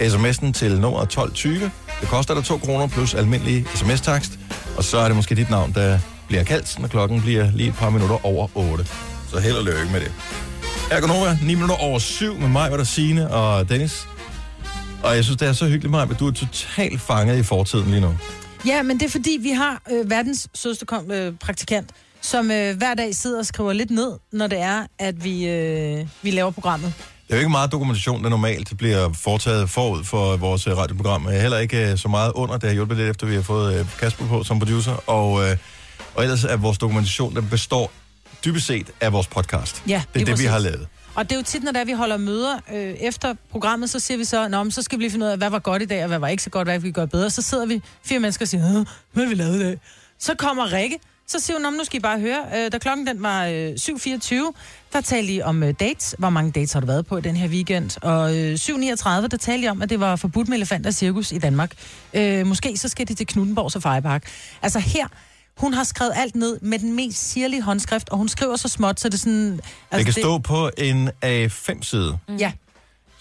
A: sms'en til nummer 1220. Det koster dig 2 kroner plus almindelig sms-takst. Og så er det måske dit navn, der bliver kaldt, når klokken bliver lige et par minutter over 8. Så held og lykke med det. Her går Nova, 9 minutter over 7 med mig, var der Signe og Dennis. Og jeg synes, det er så hyggeligt, Maja, at du er totalt fanget i fortiden lige nu.
B: Ja, men det er fordi, vi har øh, verdens sødeste kom, øh, praktikant, som øh, hver dag sidder og skriver lidt ned, når det er, at vi, øh, vi laver programmet.
A: Det er jo ikke meget dokumentation, der normalt bliver foretaget forud for vores øh, radioprogram. Øh, Heller ikke øh, så meget under. Det har hjulpet lidt, efter vi har fået øh, Kasper på som producer. Og, øh, og ellers er vores dokumentation, der består dybest set af vores podcast.
B: Ja,
A: det er
B: lige
A: det, vi
B: præcis.
A: har lavet.
B: Og det er jo tit, når det er, vi holder møder øh, efter programmet, så siger vi så, Nå, men så skal vi lige finde ud af, hvad var godt i dag, og hvad var ikke så godt, hvad kan vi gøre bedre. Så sidder vi fire mennesker og siger, "Øh, hvad har vi lavet i dag? Så kommer Rikke, så siger hun, "Nå, men nu skal I bare høre, øh, da klokken den var øh, 7.24, der talte I om øh, dates. Hvor mange dates har du været på i den her weekend? Og øh, 7.39, der talte I om, at det var forbudt med elefanter og cirkus i Danmark. Øh, måske så skal de til Knuttenborg Safari Park. Altså her, hun har skrevet alt ned med den mest sirlige håndskrift, og hun skriver så småt, så det er sådan... Altså
A: Altså, det kan stå på en A5-side.
B: Mm. Ja.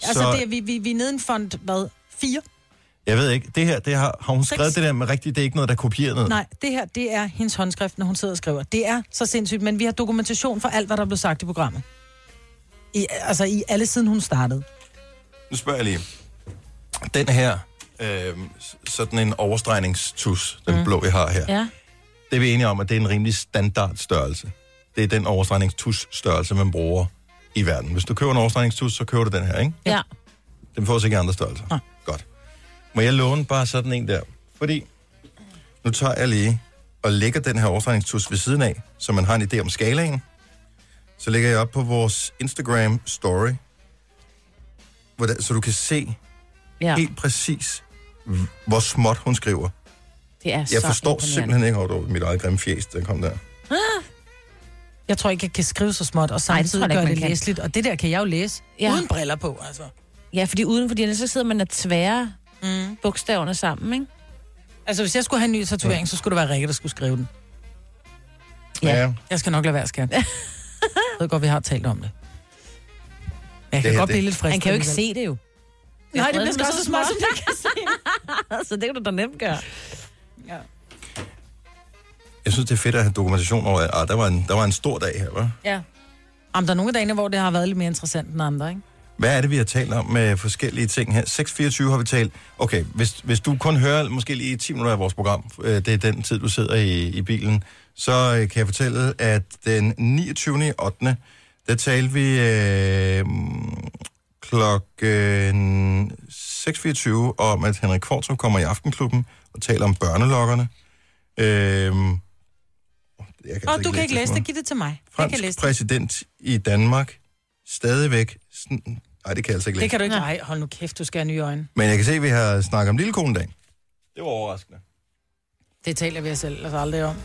B: Altså,
A: Så-
B: det er, vi, vi, vi er nede i en fond, hvad, fire?
A: Jeg ved ikke, det her, det har, har hun skrevet det der med rigtigt, det er ikke noget, der er kopieret ned.
B: Nej, det her, det er hendes håndskrift, når hun sidder og skriver. Det er så sindssygt, men vi har dokumentation for alt, hvad der blev sagt i programmet. I, altså, i alle siden hun startede.
A: Nu spørger jeg lige. Den her, øh, s- sådan en overstregningstus, den mm. blå, jeg har her.
C: Ja.
A: Det er vi enige om, at det er en rimelig standardstørrelse. Det er den overstregningstus-størrelse, man bruger i verden. Hvis du køber en overstregningstus, så køber du den her, ikke?
C: Ja.
A: Den fås ikke i andre størrelser. Nej. Godt. Må jeg låne bare sådan en der? Fordi nu tager jeg lige og lægger den her overstregningstus ved siden af, så man har en idé om skalaen. Så lægger jeg op på vores Instagram story, hvordan, så du kan se
C: Ja.
A: ja. helt præcis, hv- hvor småt hun skriver.
C: Det er
A: jeg
C: så
A: forstår
C: imponerende.
A: simpelthen ikke, over mit eget grimme fjes, der kom der.
B: Jeg tror ikke, jeg kan skrive så småt, og
C: Nej, det tror
B: samtidig
C: jeg
B: Nej,
C: ikke,
B: gøre
C: man
B: det
C: kan.
B: læseligt. Og det der kan jeg jo læse,
C: Ja.
B: ja. uden briller på, altså.
C: Ja, fordi uden, fordi ellers så sidder man og tværer mm. bogstaverne sammen, ikke?
B: Altså, hvis jeg skulle have en ny tatovering, så skulle det være Rikke, der skulle skrive den.
A: Ja.
B: Jeg skal nok lade være,
C: (laughs)
B: skat. Jeg ved godt, vi har talt om det. Men jeg kan
C: Det her,
B: godt
C: det-
B: blive lidt frisk.
C: Han kan jo ikke
B: alligevel.
C: se det jo.
B: Nej, det bliver
C: Frederikken
B: sgu
C: er
B: også så småt, som det kan
C: (laughs) så det kan du da nemt gøre.
A: Jeg synes, det er fedt at have dokumentation over, at ah, der, var en, der var en stor dag her, hva'?
B: Ja. Jamen, der er nogle af dagene, hvor det har været lidt mere interessant end andre, ikke?
A: Hvad er det, vi har talt om med forskellige ting her? 6.24 har vi talt. Okay, hvis, hvis du kun hører måske lige 10 minutter af vores program, øh, det er den tid, du sidder i, i bilen, så øh, kan jeg fortælle, at den 29. 8. der talte vi øh, klokken 6.24 om, at Henrik Kvartrup kommer i Aftenklubben og taler om børnelokkerne. Øh, jeg kan altså
B: Og du kan ikke læse
A: meget.
B: det, giv det til mig. Jeg kan
A: Fransk
B: læse det.
A: præsident i Danmark stadigvæk... Sådan, nej, det kan jeg altså ikke
B: Det kan du
A: læse.
B: ikke. Nej, hold nu kæft, du skal have nye øjne.
A: Men jeg kan se, at vi har snakket om lille konedag.
B: Det
A: var overraskende.
B: Det taler vi os selv altså aldrig om.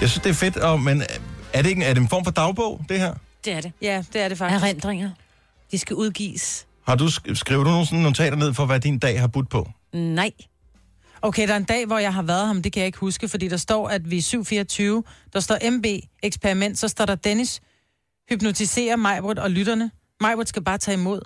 A: Jeg synes, det er fedt, og, men øh, er det, ikke, er det en form for dagbog, det her?
C: Det er det.
B: Ja, det er det faktisk.
C: Erindringer. De skal udgives.
A: Har du, sk- skriver du nogle sådan notater ned for, hvad din dag har budt på?
C: Nej.
B: Okay, der er en dag, hvor jeg har været ham, det kan jeg ikke huske, fordi der står, at vi er 7.24, der står MB, eksperiment, så står der Dennis, hypnotiserer Majbrit og lytterne. Majbrit skal bare tage imod.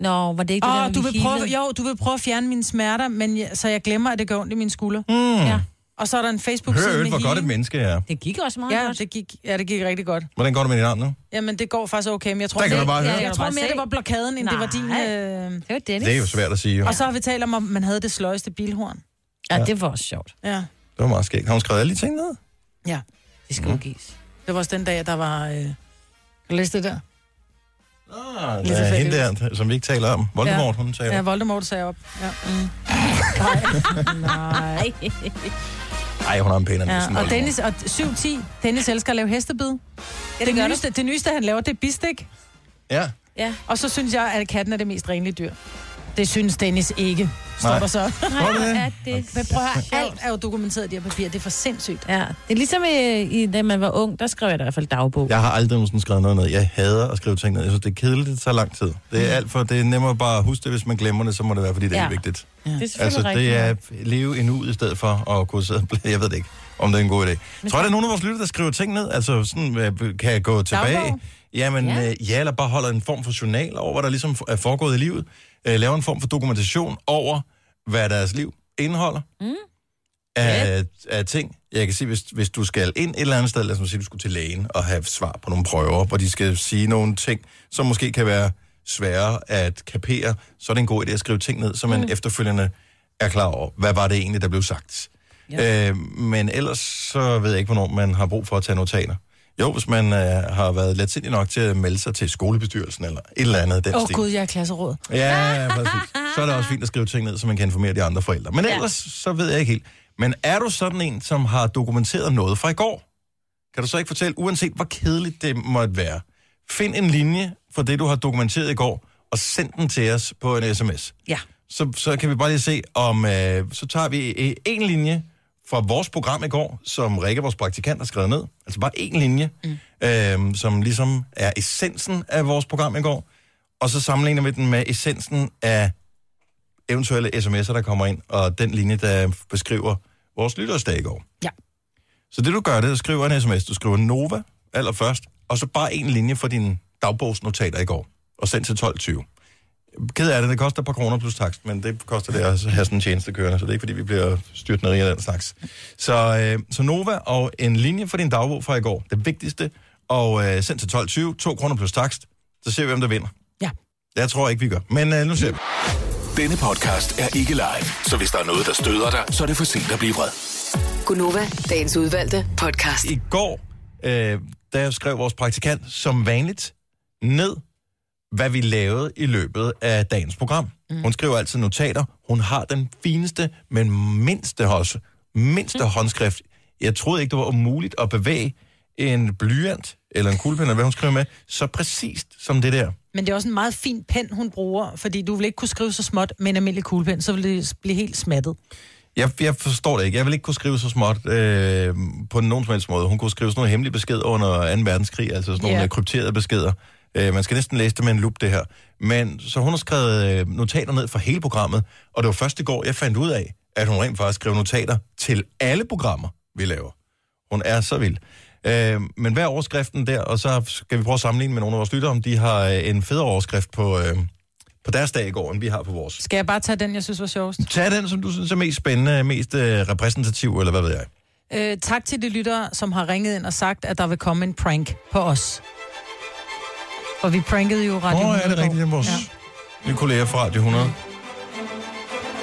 C: Nå, var det ikke det
B: Åh,
C: der,
B: du
C: vi
B: vil prøve,
C: healede?
B: jo, du vil prøve at fjerne mine smerter, men jeg, så jeg glemmer, at det gør ondt i mine skuldre.
A: Mm. Ja.
B: Og så er der en Facebook-side
A: Hør øvrigt,
B: med
A: hvor godt et
B: healing.
A: menneske jeg er.
C: Det gik også meget
B: ja, det gik, ja, det gik rigtig godt.
A: Hvordan går det med din arm nu?
B: Jamen, det går faktisk okay, men jeg tror,
A: Der kan
B: mere-
A: du bare
B: ja,
A: høre.
B: jeg tror mere, det var blokaden, end det var din... Øh...
C: Det var Dennis.
A: Det er jo svært at sige. Jo.
B: Og så har vi talt om, at man havde det sløjeste bilhorn.
C: Ja, det var også sjovt.
B: Ja.
A: Det var meget skægt. Har hun skrevet alle de ting ned?
B: Ja.
C: Det skal udgives.
B: Det var også den dag, der var... Øh... Kan du læse det der?
A: Ah,
B: Lidt
A: der er hende
B: tilfældigt.
A: der, som vi ikke taler om. Voldemort, ja. hun taler.
B: Ja,
A: Ja,
B: Voldemort sagde op. Ja. Mm. Nej. Nej.
A: Ej, hun har en pænere næsen.
B: Ja,
A: Voldemort.
B: og Dennis, og 7-10, Dennis elsker at lave hestebid. Ja, det, det,
C: gør du.
B: nyeste, det nyeste, han laver, det er bistik.
A: Ja.
C: Ja.
B: Og så synes jeg, at katten er det mest renlige dyr. Det synes Dennis ikke, står
C: Nej.
B: der så.
C: Nej, hvor er det
B: Men prøv at høre,
C: sjovt.
B: alt er jo dokumenteret i de her papirer. Det er for sindssygt.
C: Ja, det er ligesom i, i, da man var ung, der skrev jeg da i hvert fald dagbog.
A: Jeg har aldrig nogensinde skrevet noget ned. Jeg hader at skrive ting ned. Jeg synes, det er kedeligt, det tager lang tid. Det er alt for, det er nemmere bare at huske det, hvis man glemmer det, så må det være, fordi det er
C: Ja.
A: ja. vigtigt.
C: Ja. Det er selvfølgelig
A: altså, det
C: rigtigt.
A: er leve endnu i stedet for at kunne sidde og bl- Jeg ved det ikke, om det er en god idé. Tror jeg, der er nogen af vores lytter, der skriver ting ned? Altså, sådan øh, kan jeg gå tilbage?
B: Dagbog?
A: Jamen,
B: Ja.
A: ja. Øh, ja, eller bare holder en form for journal over, hvad der ligesom er foregået i livet. Øh, laver en form for dokumentation over, hvad deres liv indeholder
C: Mm.
A: af, af ting. Jeg kan sige, hvis, hvis du skal ind et eller andet sted, lad os nu sige, du skulle til lægen og have svar på nogle prøver, hvor de skal sige nogle ting, som måske kan være svære at kapere, så er det en god idé at skrive ting ned, så man mm. efterfølgende er klar over, hvad var det egentlig, der blev sagt. Ja. Øh, men ellers så ved jeg ikke, hvornår man har brug for at tage notater. Jo, hvis man øh, har været letsindig nok til at melde sig til skolebestyrelsen eller et eller andet af den
B: Åh oh,
A: stil.
B: gud, jeg er klasseråd.
A: Ja, præcis. Så er det også fint at skrive ting ned, så man kan informere de andre forældre. Men ellers, ja. så ved jeg ikke helt. Men er du sådan en, som har dokumenteret noget fra i går? Kan du så ikke fortælle, uanset hvor kedeligt det måtte være, find en linje for det, du har dokumenteret i går, og send den til os på en sms.
C: Ja.
A: Så, så kan vi bare lige se, om øh, så tager vi øh, en linje fra vores program i går, som Rikke, vores praktikant, har skrevet ned. Altså bare en linje, mm. øh, som ligesom er essensen af vores program i går og så sammenligner vi den med essensen af eventuelle sms'er, der kommer ind, og den linje, der beskriver vores lyttersdag i går.
B: Ja.
A: Så det du gør, det er, at du skriver en sms. Du skriver Nova allerførst, og så bare en linje for dine dagbogsnotater i går, og send til 12.20. Ked af det, det koster et par kroner plus takst, men det koster det at have sådan en tjeneste kørende, så det er ikke, fordi vi bliver styrt ned i den slags. Så, øh, så Nova og en linje for din dagbog fra i går, det vigtigste, og øh, send til 12.20, 2 kroner plus takst, så ser vi, hvem der vinder.
B: Ja.
A: Jeg tror ikke, vi gør. Men øh, nu ser vi.
E: Denne podcast er ikke live, så hvis der er noget, der støder dig, så er det for sent at blive vred.
D: Gunova, dagens udvalgte podcast.
A: I går, øh, der skrev vores praktikant som vanligt ned, hvad vi lavede i løbet af dagens program. Mm. Hun skriver altid notater. Hun har den fineste, men mindste, hos, mindste mm. håndskrift. Jeg troede ikke, det var umuligt at bevæge en blyant eller en kuglepen, eller hvad hun skriver med, så præcist som det der.
B: Men det er også en meget fin pen, hun bruger, fordi du vil ikke kunne skrive så småt med en almindelig kuglepen, så vil det blive helt smattet.
A: Jeg, jeg forstår det ikke. Jeg vil ikke kunne skrive så småt øh, på nogen som helst måde. Hun kunne skrive sådan nogle hemmelige beskeder under 2. verdenskrig, altså sådan nogle
B: Ja.
A: yeah. krypterede beskeder. Øh, man skal næsten læse det med en lup, det her. Men så hun har skrevet øh, notater ned for hele programmet, og det var først i går, jeg fandt ud af, at hun rent faktisk skrev notater til alle programmer, vi laver. Hun er så vild. Øh, men hvad er overskriften der? Og så skal vi prøve at sammenligne med nogle af vores lyttere, om de har øh, en federe overskrift på, øh, på deres dag i går, end vi har på vores.
B: Skal jeg bare tage den, jeg synes var sjovest?
A: Tag den, som du synes er mest spændende, mest øh, repræsentativ, eller hvad ved jeg.
B: Øh, tak til de lyttere, som har ringet ind og sagt, at der vil komme en prank på os. Og vi prankede jo Radio
A: Åh, oh, er
B: 100 i
A: det
B: går.
A: rigtigt, det er vores ja. nye kollega fra Radio 100.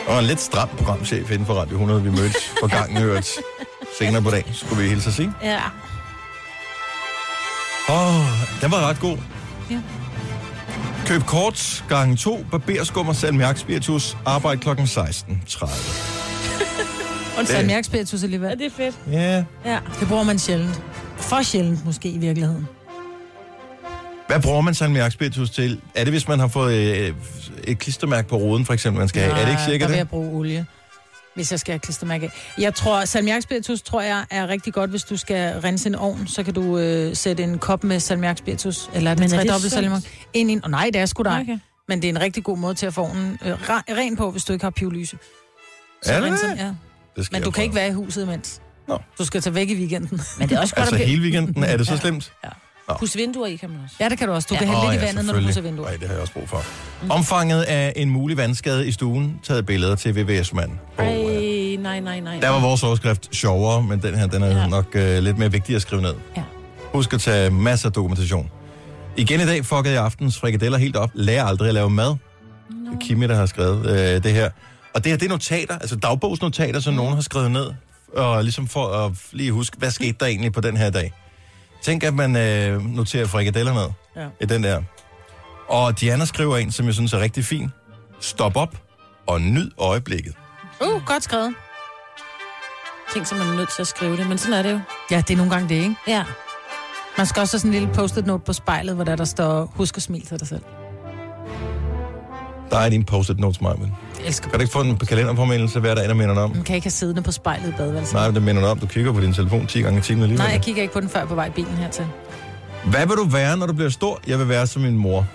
A: Og en lidt stram programchef inden for Radio 100, vi mødtes på gangen hørt senere på dagen, skulle vi hilse at sige.
C: Ja.
A: Åh, oh, den var ret god.
B: Ja.
A: Køb kort, gang 2, barberskum og salmiak spiritus, arbejd kl. 16.30.
B: Og
A: Det-
B: salmiak spiritus alligevel. Ja, det er fedt.
A: Ja.
B: Ja. Det bruger man sjældent. For sjældent måske i virkeligheden.
A: Hvad bruger man salmiak spiritus til? Er det, hvis man har fået øh, et klistermærke på ruden, for eksempel, man skal have? Er det ikke
B: der
A: cirka
B: vil
A: det?
B: jeg bruge olie, hvis jeg skal have klistermærke. af. Jeg tror, salmiakspiritus tror jeg er rigtig godt, hvis du skal rense en ovn, så kan du øh, sætte en kop med salmiakspiritus, eller er
C: Men er
B: det
C: det
B: tredobbelt
C: sundt?
B: salmiak, ind i en... Oh, nej, det er sgu da
C: Okay.
B: okay. Men det er en rigtig god måde til at få ovnen øh, re- ren på, hvis du ikke har pivlyse.
A: Er det
B: renser-
A: det?
B: Ja.
A: Det skal
B: Men
A: jeg
B: du kan
A: prøve.
B: ikke være i huset imens.
A: Nå.
B: Du skal tage væk i weekenden.
C: Men det er også godt
A: Altså
C: at blive-
A: hele weekenden, er det så slemt? Nå.
C: Pus vinduer i, kan man også.
B: Ja, det kan du også. Du kan hælde
A: Åh,
B: lidt i vandet, når du
A: selvfølgelig.
B: pusser vinduer.
A: Ej, det har jeg også brug for. Omfanget af en mulig vandskade i stuen, taget billeder til VVS-manden.
C: Ej, nej, nej, nej.
A: Der var vores overskrift sjovere, men den her den er ja. nok øh, lidt mere vigtig at skrive ned.
C: Ja.
A: Husk at tage masser af dokumentation. Igen i dag fuckede jeg aftens frikadeller helt op. Lær aldrig at lave mad. No. Det er Kimi, der har skrevet øh, det her. Og det her, det er notater, altså dagbogsnotater, som nogen har skrevet ned. Og ligesom for at lige huske, hvad skete der egentlig på den her dag. Tænk, at man øh, noterer frikadeller ned.
B: Ja.
A: i den der. Og Diana skriver en, som jeg synes er rigtig fin. Stop op og nyd øjeblikket.
B: Uh, godt skrevet.
C: Ting, som man er nødt til at skrive det, men sådan er det jo.
B: Ja, det er nogle gange det, ikke?
C: Ja.
B: Man skal også have sådan en lille post-it note på spejlet, hvor der, der står, husk at smile til dig selv.
A: Der er din post-it notes, Marvin.
B: Jeg elsker
A: Kan du ikke få en kalenderpåmindelse hver dag, der minder dig om?
B: Man kan ikke have siddende på spejlet i badeværelset.
A: Nej, men det minder dig om. Du kigger på din telefon 10 gange i timen alligevel.
B: Nej, jeg kigger ikke på den før på vej i bilen hertil.
A: Hvad vil du være, når du bliver stor? Jeg vil være som min mor.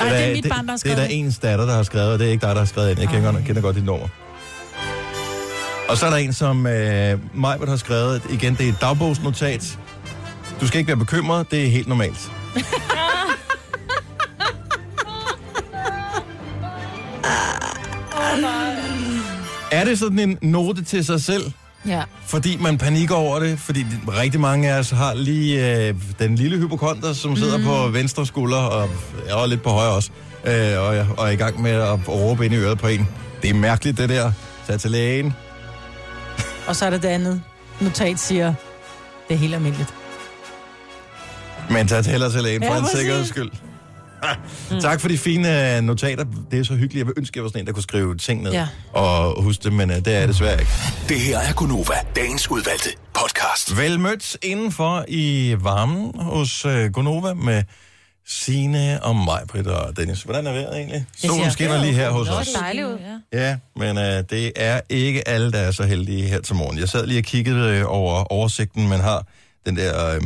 B: Ej, det
A: da-
B: er mit barn, der har
A: Det
B: skrevet
A: er der ens datter, der har skrevet, og det er ikke dig, der har skrevet ind. Jeg kender, godt, kender godt dit nummer. Og så er der en, som øh, Majbert har skrevet. Igen, det er et dagbogsnotat. Du skal ikke være bekymret, det er helt
B: (laughs)
A: normalt. Er det sådan en note til sig selv?
B: Ja.
A: Fordi man panikker over det, fordi rigtig mange af os har lige øh, den lille hypokonter, som sidder mm. på venstre skulder og, og lidt på højre også, øh, og, og er i gang med at råbe ind i øret på en. Det er mærkeligt, det der. Tag til lægen.
B: Og så er der det andet. Notat siger, det er helt almindeligt.
A: Men tag til heller til lægen, for
B: Ja,
A: en
B: præcis.
A: sikkerheds skyld. Ah, Tak for de fine øh, notater. Det er så hyggeligt. Jeg vil ønske, at jeg var sådan en, der kunne skrive ting ned
E: Ja.
A: ja. og huske det, men øh, det er jeg desværre ikke.
E: Det her er Gunova, dagens udvalgte podcast.
A: Vel mødt indenfor i varmen hos øh, Gonova med Sine og mig, Britt og Dennis. Hvordan er vejret egentlig? Solen skinner lige her hos os.
B: dejligt ud. Ja.
A: Ja, men øh, det er ikke alle, der er så heldige her til morgen. Jeg sad lige og kiggede øh, over oversigten, man har den der, øh,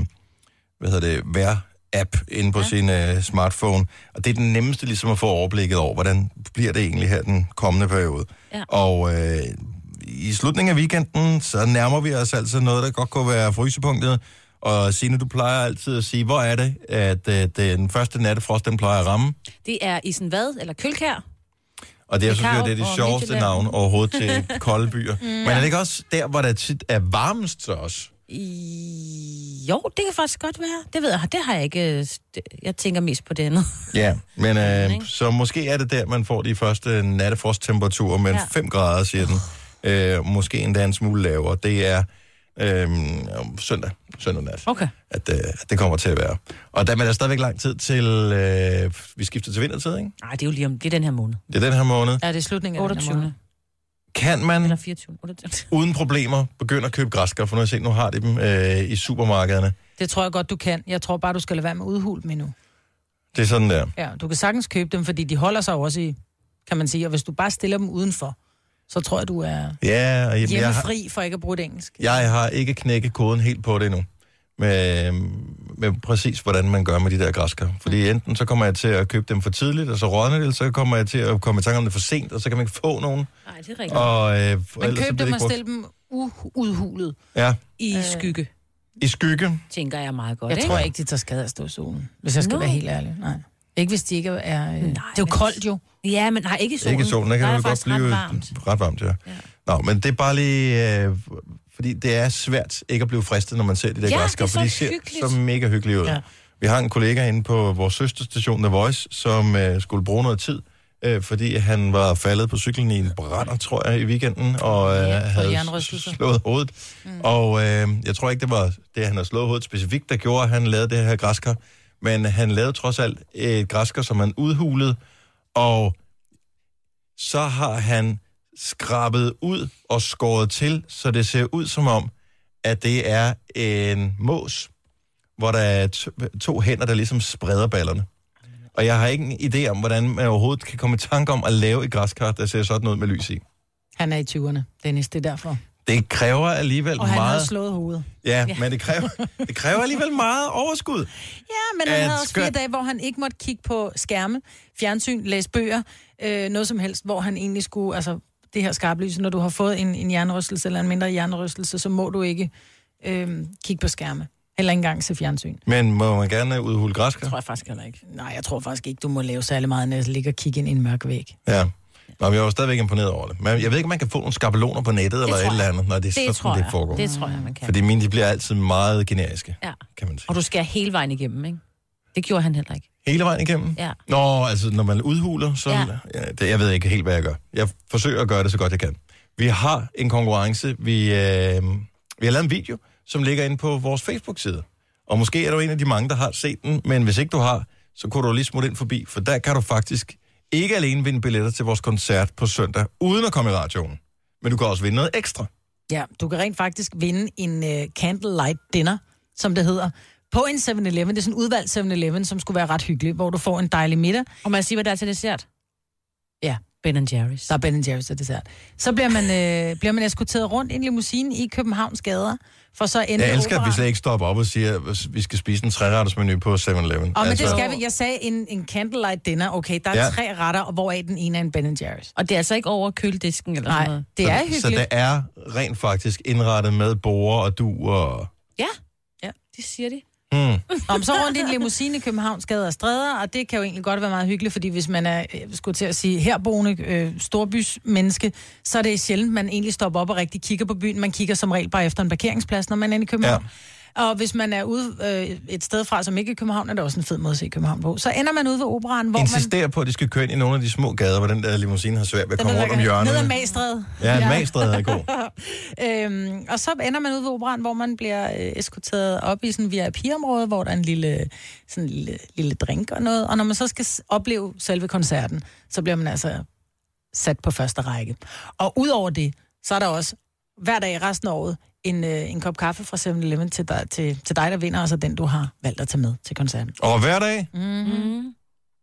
A: hvad hedder det, vejr-app inde på ja. sin øh, smartphone. Og det er den nemmeste ligesom at få overblikket over, hvordan bliver det egentlig her den kommende periode.
E: Ja.
A: Og øh, i slutningen af weekenden, så nærmer vi os altså noget, der godt kunne være frysepunktet. Og Signe, du plejer altid at sige, hvor er det, at øh, den første nattefrost, den plejer at ramme?
C: Det er i sådan hvad? Eller kølkær?
A: Og det er
C: Picard
A: selvfølgelig det, er de
C: og
A: sjoveste
C: Midtjylland.
A: navn overhovedet
C: (laughs)
A: til kolde byer.
C: Mm.
A: mm. Men er det ikke også der, hvor der tit er varmest så også?
C: Jo, det kan faktisk godt være. Det ved jeg. Det har jeg ikke... øh, det- Jeg tænker mest på det andet.
A: Ja, men øh, så måske er det der, man får de første nattefrosttemperaturer, men
C: Ja.
A: ja. 5 grader, siger den. Øh, måske endda en smule lavere. Det er øh, om søndag, søndag nat,
C: Okay.
A: at, øh, at det kommer til at være. Og der, men der er stadigvæk lang tid til, øh, vi skifter til vintertid, ikke?
C: Nej, det er jo lige om... Det er den her måned.
A: Det er den her måned.
B: Ja, det er slutningen af
C: 28.
B: den her måned.
A: Kan man...
C: Eller 24. 28.
A: Uden problemer begynde at købe græskar, for nu har jeg set, nu har de dem øh, i supermarkederne.
B: Det tror jeg godt, du kan. Jeg tror bare, du skal lade være med at udhule dem endnu.
A: Det er sådan der.
B: Ja, du kan sagtens købe dem, fordi de holder sig jo også i, kan man sige. Og hvis du bare stiller dem udenfor, så tror jeg, du er
A: Ja, og jamen, jeg, har,
B: hjemmefri for ikke at bruge et engelsk.
A: jeg har ikke knækket koden helt på det endnu. Med, med præcis, hvordan man gør med de der græskar. Fordi enten så kommer jeg til at købe dem for tidligt, og så rådner det, eller så kommer jeg til at komme i tanke om det for sent, og så kan man ikke få nogen.
C: Nej, det er
A: Og, øh, for
B: Men
A: ellers så bliver
B: køb
A: det
B: dem
A: ikke
B: og
A: brugt.
B: stil dem u- udhulet
A: Ja,
B: i øh. skygge.
A: i skygge.
C: Tænker jeg meget godt,
B: Jeg
C: ikke?
B: tror ikke, de tager skade af støvsugen, hvis jeg skal
C: Nå.
B: være helt ærlig. Nej. Ikke hvis de ikke er... Øh... Nej, det er jo koldt jo.
C: Ja, men nej, ikke i solen.
A: Ikke i solen, der
C: Der
A: kan
C: er
A: det godt
C: faktisk ret
A: blive
C: varmt.
A: ret varmt ja. ja. Nå, men det er bare lige... Øh, fordi det er svært ikke at blive fristet, når man ser de der
E: Ja,
A: græskar,
E: det er
A: for de
E: så
A: ser
E: hyggeligt.
A: så mega hyggelige ud.
E: Ja.
A: Ja. Vi har en kollega inde på vores søsterstation The Voice, som øh, skulle bruge noget tid, øh, fordi han var faldet på cyklen i en brænder, tror jeg, i weekenden, og øh, ja, havde
B: hjernerystelser.
A: slået hovedet. Mm. Og øh, jeg tror ikke, det var det, han havde slået hovedet specifikt, der gjorde, at han lavede det her græskar. Men han lavede trods alt et græskar, som han udhulede, og så har han skrabet ud og skåret til, så det ser ud som om, at det er en mås, hvor der er to, to hænder, der ligesom spreder ballerne. Og jeg har ikke en idé om, hvordan man overhovedet kan komme i tanke om at lave et græskar, der ser sådan ud med lys i.
B: Han er i 20'erne, Dennis, det er derfor.
A: Det kræver alligevel
B: Og han
A: meget...
B: havde slået hovedet.
A: Ja, men det kræver, det kræver alligevel meget overskud.
B: Ja, men han
A: At
B: havde også fire
A: skøn-
B: dage, hvor han ikke måtte kigge på skærme, fjernsyn, læse bøger, øh, noget som helst, hvor han egentlig skulle, altså det her skarplys, når du har fået en, en hjernerystelse eller en mindre hjernerystelse, så må du ikke øh, kigge på skærme. Heller ikke engang se fjernsyn.
A: Men må man gerne udhule græsker?
B: Tror jeg faktisk heller ikke. Nej, jeg tror faktisk ikke, du må lave særlig meget, når jeg ligger og kigge ind i en mørk væg.
A: Ja. Nå, men jeg var stadigvæk imponeret over det. Men jeg ved ikke, om man kan få nogle skabeloner på nettet eller et eller andet, når det er sådan, det foregår.
C: Det tror jeg, man kan.
A: Fordi mine, de bliver altid meget generiske.
C: Ja.
A: Kan man sige.
C: Og du skal hele vejen igennem, ikke? Det gjorde han heller ikke.
A: Hele vejen igennem?
C: Ja.
A: Nå, altså når man udhuler, så...
C: Ja.
A: Ja. Ja, det, jeg ved ikke helt, hvad jeg gør. Jeg forsøger at gøre det så godt, jeg kan. Vi har en konkurrence. Vi, øh, vi har lavet en video, som ligger inde på vores Facebook-side. Og måske er du en af de mange, der har set den, men hvis ikke du har, så kunne du lige smutte ind forbi, for der kan du faktisk ikke alene vinde billetter til vores koncert på søndag, uden at komme i radioen. Men du kan også vinde noget ekstra.
B: Ja, du kan rent faktisk vinde en uh, candlelight dinner, som det hedder, på en 7-Eleven. Det er sådan en udvalgt 7-Eleven, som skulle være ret hyggelig, hvor du får en dejlig middag. Og man siger, hvad der er til dessert? Ja, Ben Jerry's. Der er Ben Jerry's til dessert. Så bliver man, øh, bliver man eskorteret rundt i en limousine i Københavns gader, for så ende
A: Jeg
B: ved
A: elsker, at vi
B: Operaen.
A: slet ikke stopper op og siger, at vi skal spise en trærettersmenu på Altså- 7-Eleven.
B: Og men det skal vi. Jeg sagde en, en candlelight dinner. Okay, der er
A: Ja.
B: ja. tre retter, og hvoraf den ene er en Ben Jerry's. Og det er altså ikke over køledisken eller Nej, sådan noget. det er
A: så,
B: hyggeligt.
A: Så det er rent faktisk indrettet med borer og du og...
B: Ja.
C: Ja, det siger de.
A: Hmm.
B: Om så rundt i en limousine i Københavns gader og stræder, og det kan jo egentlig godt være meget hyggeligt, fordi hvis man er, øh, skulle til at sige, herboende øh, storbysmenneske, så er det sjældent, man egentlig stopper op og rigtig kigger på byen. Man kigger som regel bare efter en parkeringsplads, når man er inde i København. Ja. Og hvis man er ude øh, et sted fra, som ikke er København, er det også en fed måde at se København på. Så ender man ude ved operan, hvor man...
A: Insisterer på, at de skal køre ind i nogle af de små gader, hvor den der limousine har svært ved at komme rundt om hjørnet.
B: Ned ad Magstræde.
A: Ja, en Magstræde er
B: (laughs)
A: god.
B: øhm, og så ender man ude ved operan, hvor man bliver øh, eskorteret op i sådan en VIP-område, hvor der er en lille, sådan en lille, lille drink og noget. Og når man så skal s- opleve selve koncerten, så bliver man altså sat på første række. Og udover det, så er der også hver dag i resten af året en, øh, en kop kaffe fra 7-Eleven til dig, til, til dig, der vinder, og så den, du har valgt at tage med til koncerten.
A: Og hver dag,
B: Mhm.
C: Mm-hmm.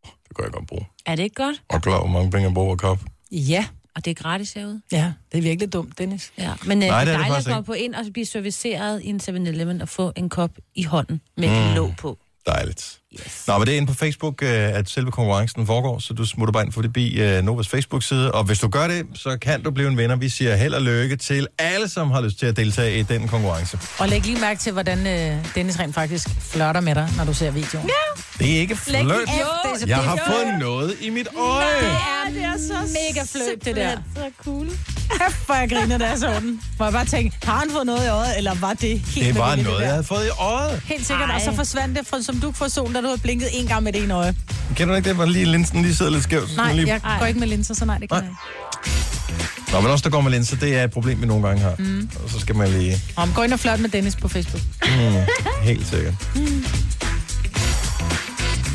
A: det kan jeg godt bruge.
C: Er det ikke godt?
A: Og klar, hvor mange penge jeg bruger kop.
B: Ja.
C: Og det er gratis herude.
B: Ja, det er virkelig dumt, Dennis.
C: Ja, men øh,
A: Nej, det
C: Nej, det
A: er det
C: er dejligt at
A: faktisk
C: komme
A: ikke.
C: på ind og blive serviceret i en 7-Eleven og få en kop i hånden med mm. en
A: Mm.
C: låg på.
A: Dejligt. Yes. Nå, men det er inde på Facebook, øh, at selve konkurrencen foregår, så du smutter bare ind forbi øh, Novas Facebook-side. Og hvis du gør det, så kan du blive en vinder. Vi siger held og lykke til alle, som har lyst til at deltage i den konkurrence.
B: Og læg lige mærke til, hvordan øh, Dennis rent faktisk flørter med dig, når du ser videoen. Ja.
A: Det er ikke
B: Læg den
A: fløjt.
B: af. Altså, Det er så-
A: Jeg
B: det er
A: har
B: så-
A: fået noget i mit øje.
B: er, det er så mega fløjt, det der.
C: Så cool.
B: Kæft, hvor jeg griner, da jeg så den. Hvor jeg bare tænkte, har han fået noget i øjet, eller var det helt
A: Det var
B: vanvittigt,
A: noget,
B: der?
A: jeg havde fået i øjet.
B: Helt sikkert, Ej. og
A: Ej.
B: så forsvandt det, fra, som du for solen, da du havde blinket en gang med det ene øje.
A: Kender du ikke det, hvor lige linsen lige sidder lidt skævt? Så skal
B: Nej,
A: man lige...
B: jeg går ikke med linser, så nej, det kan jeg ikke.
A: Nå, men også der går med linser, det er et problem, vi nogle gange har. Mm.
B: Mm.
A: Og så skal man lige...
B: Om, gå ind og flørte med Dennis på Facebook.
A: Mm, helt sikkert.
B: Mm.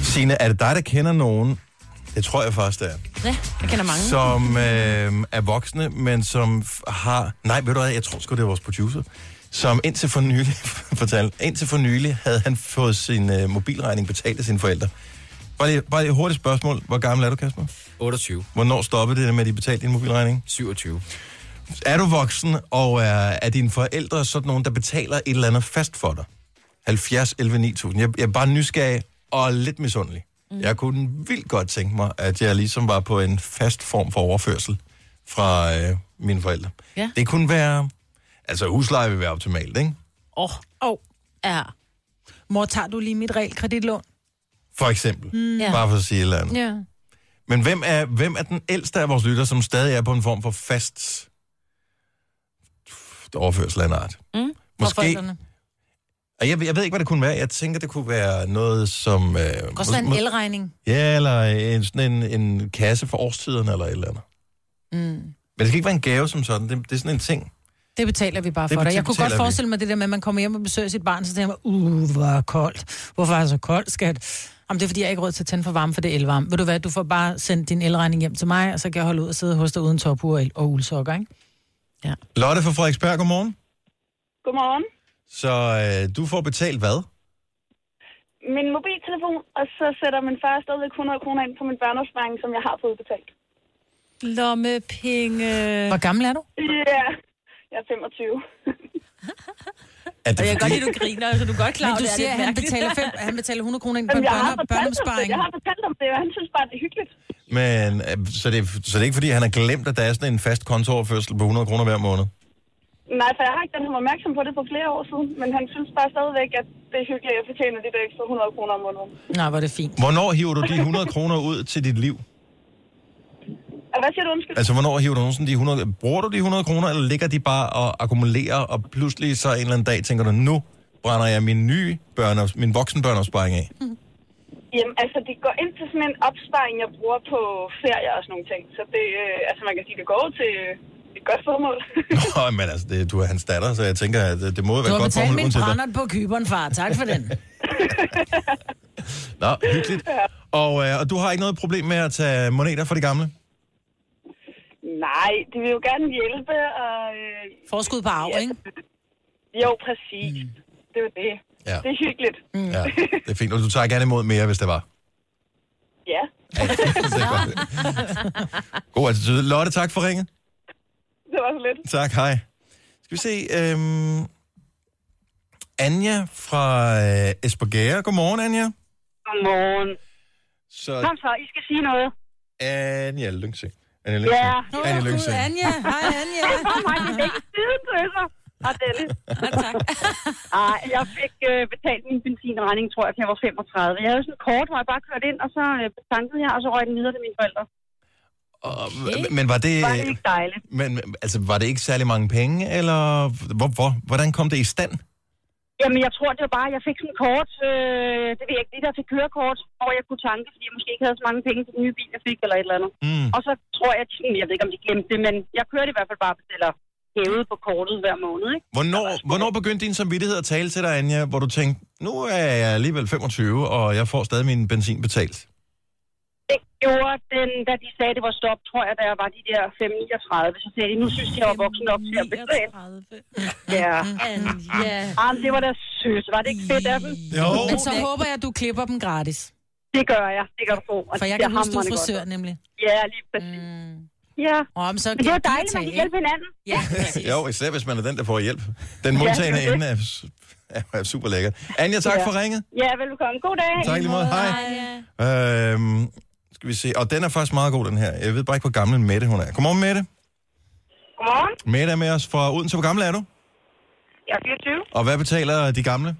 A: Signe, er det dig, der kender nogen? Det tror jeg faktisk, det er.
C: Ja, jeg kender mange.
A: Som øh, er voksne, men som f- har... Nej, ved du hvad, jeg tror sgu, det er vores producer. Som indtil for nylig, (laughs) fortalte, indtil for nylig havde han fået sin øh, mobilregning betalt af sine forældre. Bare lige, bare lige et hurtigt spørgsmål. Hvor gammel er du, Kasper?
K: 28.
A: Hvornår stoppede det med, at de betalte din mobilregning?
K: 27.
A: Er du voksen, og er, er dine forældre sådan nogen, der betaler et eller andet fast for dig? 70, 11, 9000. Jeg, jeg er bare nysgerrig og lidt misundelig. Mm. Jeg kunne vildt godt tænke mig, at jeg ligesom var på en fast form for overførsel fra øh, mine forældre.
C: Ja.
A: Det kunne være... Altså, husleje vil være optimalt, ikke?
B: Åh, oh. oh. ja. Mor, tager du lige mit realkreditlån?
A: For eksempel.
B: Mm. Ja.
A: Bare for at sige et eller andet.
B: Ja.
A: Men hvem er, hvem er den ældste af vores lytter, som stadig er på en form for fast overførsel af en art?
B: Mm.
A: Måske- Og jeg, ved- jeg ved ikke, hvad det kunne være. Jeg tænker, det kunne være noget som... Øh,
B: Godt sådan en
A: mås-
B: elregning.
A: Ja, eller en, sådan en, en kasse for årstiderne, eller et eller andet.
B: Mm.
A: Men det skal ikke være en gave som sådan. Det, det er sådan en ting.
B: Det betaler vi bare
A: Det
B: for dig. Jeg kunne
A: betaler
B: godt
A: vi.
B: forestille mig det der med, at man kommer hjem og besøger sit barn, så tænker man, uh, hvor er koldt. Hvorfor er det så koldt, skat? Jamen, det er, fordi jeg ikke har råd til at tænde for varme, for det er elvarme. Ved du hvad, du får bare sendt din elregning hjem til mig, og så kan jeg holde ud og sidde hos dig uden tophue og, el- og uldsokker, ikke?
A: Lotte fra Frederiksberg, godmorgen.
L: Godmorgen.
A: Så øh, du får betalt hvad?
L: Min mobiltelefon, og så sætter min far stadigvæk 100 kroner ind på min børneopsparing, som jeg har fået betalt.
C: Lommepenge.
B: Hvor gammel er du?
L: Ja, jeg er 25.
A: Er det
C: og jeg kan godt lide, du griner, så du er godt klar
B: Men
C: over,
B: du
C: det er
B: siger,
C: lidt
B: at han
C: mærkeligt.
B: betaler, fem, han betaler 100 kroner ind på en
L: Jamen, jeg har fortalt
B: børne,
L: ham det.
B: børneopsparing.
L: Jeg har fortalt ham det, og han synes bare, det er hyggeligt.
A: Men, øh, så, det, så det er ikke, fordi han har glemt, at der er sådan en fast kontooverførsel på 100 kroner hver måned?
M: Nej, for jeg har ikke den ham opmærksom på det for flere år siden, men han synes bare stadigvæk, at det er hyggeligt, at jeg fortjener de der ekstra 100 kroner om måneden.
B: Nej, hvor er det fint.
A: Hvornår hiver du de 100 kroner ud til dit liv?
M: Og hvad siger du, undskyld?
A: Altså, hvornår hiver du nogensinde de 100... Bruger du de 100 kroner, eller ligger de bare og akkumulerer, og pludselig så en eller anden dag tænker du, nu brænder jeg min nye børneops, min voksenbørneopsparing af.
B: Mhm.
M: Jamen, altså, det går ind til sådan en opsparing, jeg bruger på ferie og sådan nogle ting. Så det, øh, altså, man kan sige, det går til øh, et godt formål. (laughs)
A: Nå, men altså, det, du er hans datter, så jeg tænker, at det, det må jo
B: Du
A: være
B: har
A: godt
B: betalt
A: formål,
B: min
A: uanset hvad.
B: brændert på kyberen, far. Tak for den.
A: Nå, hyggeligt. Og, øh, og du har ikke noget problem med at tage moneter fra de gamle?
M: Nej, de vil jo gerne hjælpe. Og, øh,
B: Forskud på arv, ikke?
M: Jo, præcis. Mm. Det er jo det.
A: Ja.
M: Det er hyggeligt. Mm.
A: Ja, det er fint. Og du tager gerne imod mere, hvis det var.
M: ja.
A: God attitude. Lotte, tak for ringet.
M: Det var så lidt.
A: Tak, hej. Skal vi se. Øhm, Anja fra øh, Esbjerg. Godmorgen, Anja.
N: Godmorgen.
A: Så
N: Kom så, I skal sige noget.
A: Anja Lyngsø. Anja Lyngsø.
N: Ja.
A: Anja Lyngsø.
B: Hej, Anja.
N: Nej, det er ikke siden, tøsser. Og Dennis. tak. (laughs) Ej, jeg fik øh, betalt min benzinregning, tror jeg, da jeg var 35. Jeg havde sådan en kort, hvor jeg bare kørte ind, og så øh, tankede jeg, og så røg den videre til mine forældre.
A: Og, men- men var det...
N: Var det ikke dejligt?
A: Men men, altså, var det ikke særlig mange penge, eller hvor, hvor, hvordan kom det i stand?
N: Jamen, jeg tror, det var bare, jeg fik sådan en kort, øh, det ved jeg ikke, det der til kørekort, hvor jeg kunne tanke, fordi jeg måske ikke havde så mange penge til den nye bil, jeg fik, eller et eller andet.
A: Mm.
N: Og så tror jeg, sådan, jeg ved ikke, om de glemte det, men jeg kørte i hvert fald bare, eller hævede på kortet hver måned, ikke?
A: Hvornår, hvornår begyndte din samvittighed at tale til dig, Anja, hvor du tænkte, nu er jeg alligevel 25, og jeg får stadig min benzin betalt?
N: Det gjorde den, da de sagde, det var stop, tror jeg, da jeg var de der 5-39. Så sagde de, nu synes jeg, jeg var voksen nok til at betale.
B: (laughs)
N: Ja.
O: Ja.
N: Ah, det var da sødt. Var det ikke fedt af dem?
B: Men så håber jeg, at du klipper dem gratis.
N: Det gør jeg. Det gør du få.
B: For jeg kan huske, du er frisør nemlig.
N: Ja, lige præcis. Mm. Ja.
B: Om, så
N: Men det er jo dejligt, man kan hjælpe hinanden.
B: Ja.
A: (laughs) jo, især hvis man er den, der får hjælp. Den
N: Ja,
A: modtagende
N: det er det.
A: ende er, er, er super lækker. Anja, tak ja. for ringet.
N: Ja, velkommen. God dag.
A: Tak lige måde. Hej. Øhm, skal vi se. Og den er faktisk meget god, den her. Jeg ved bare ikke, hvor gammel Mette hun er. Godmorgen, Mette.
P: Godmorgen.
A: Mette er med os fra Odense. Hvor gammel er du?
P: Jeg er 24.
A: Og hvad betaler de gamle?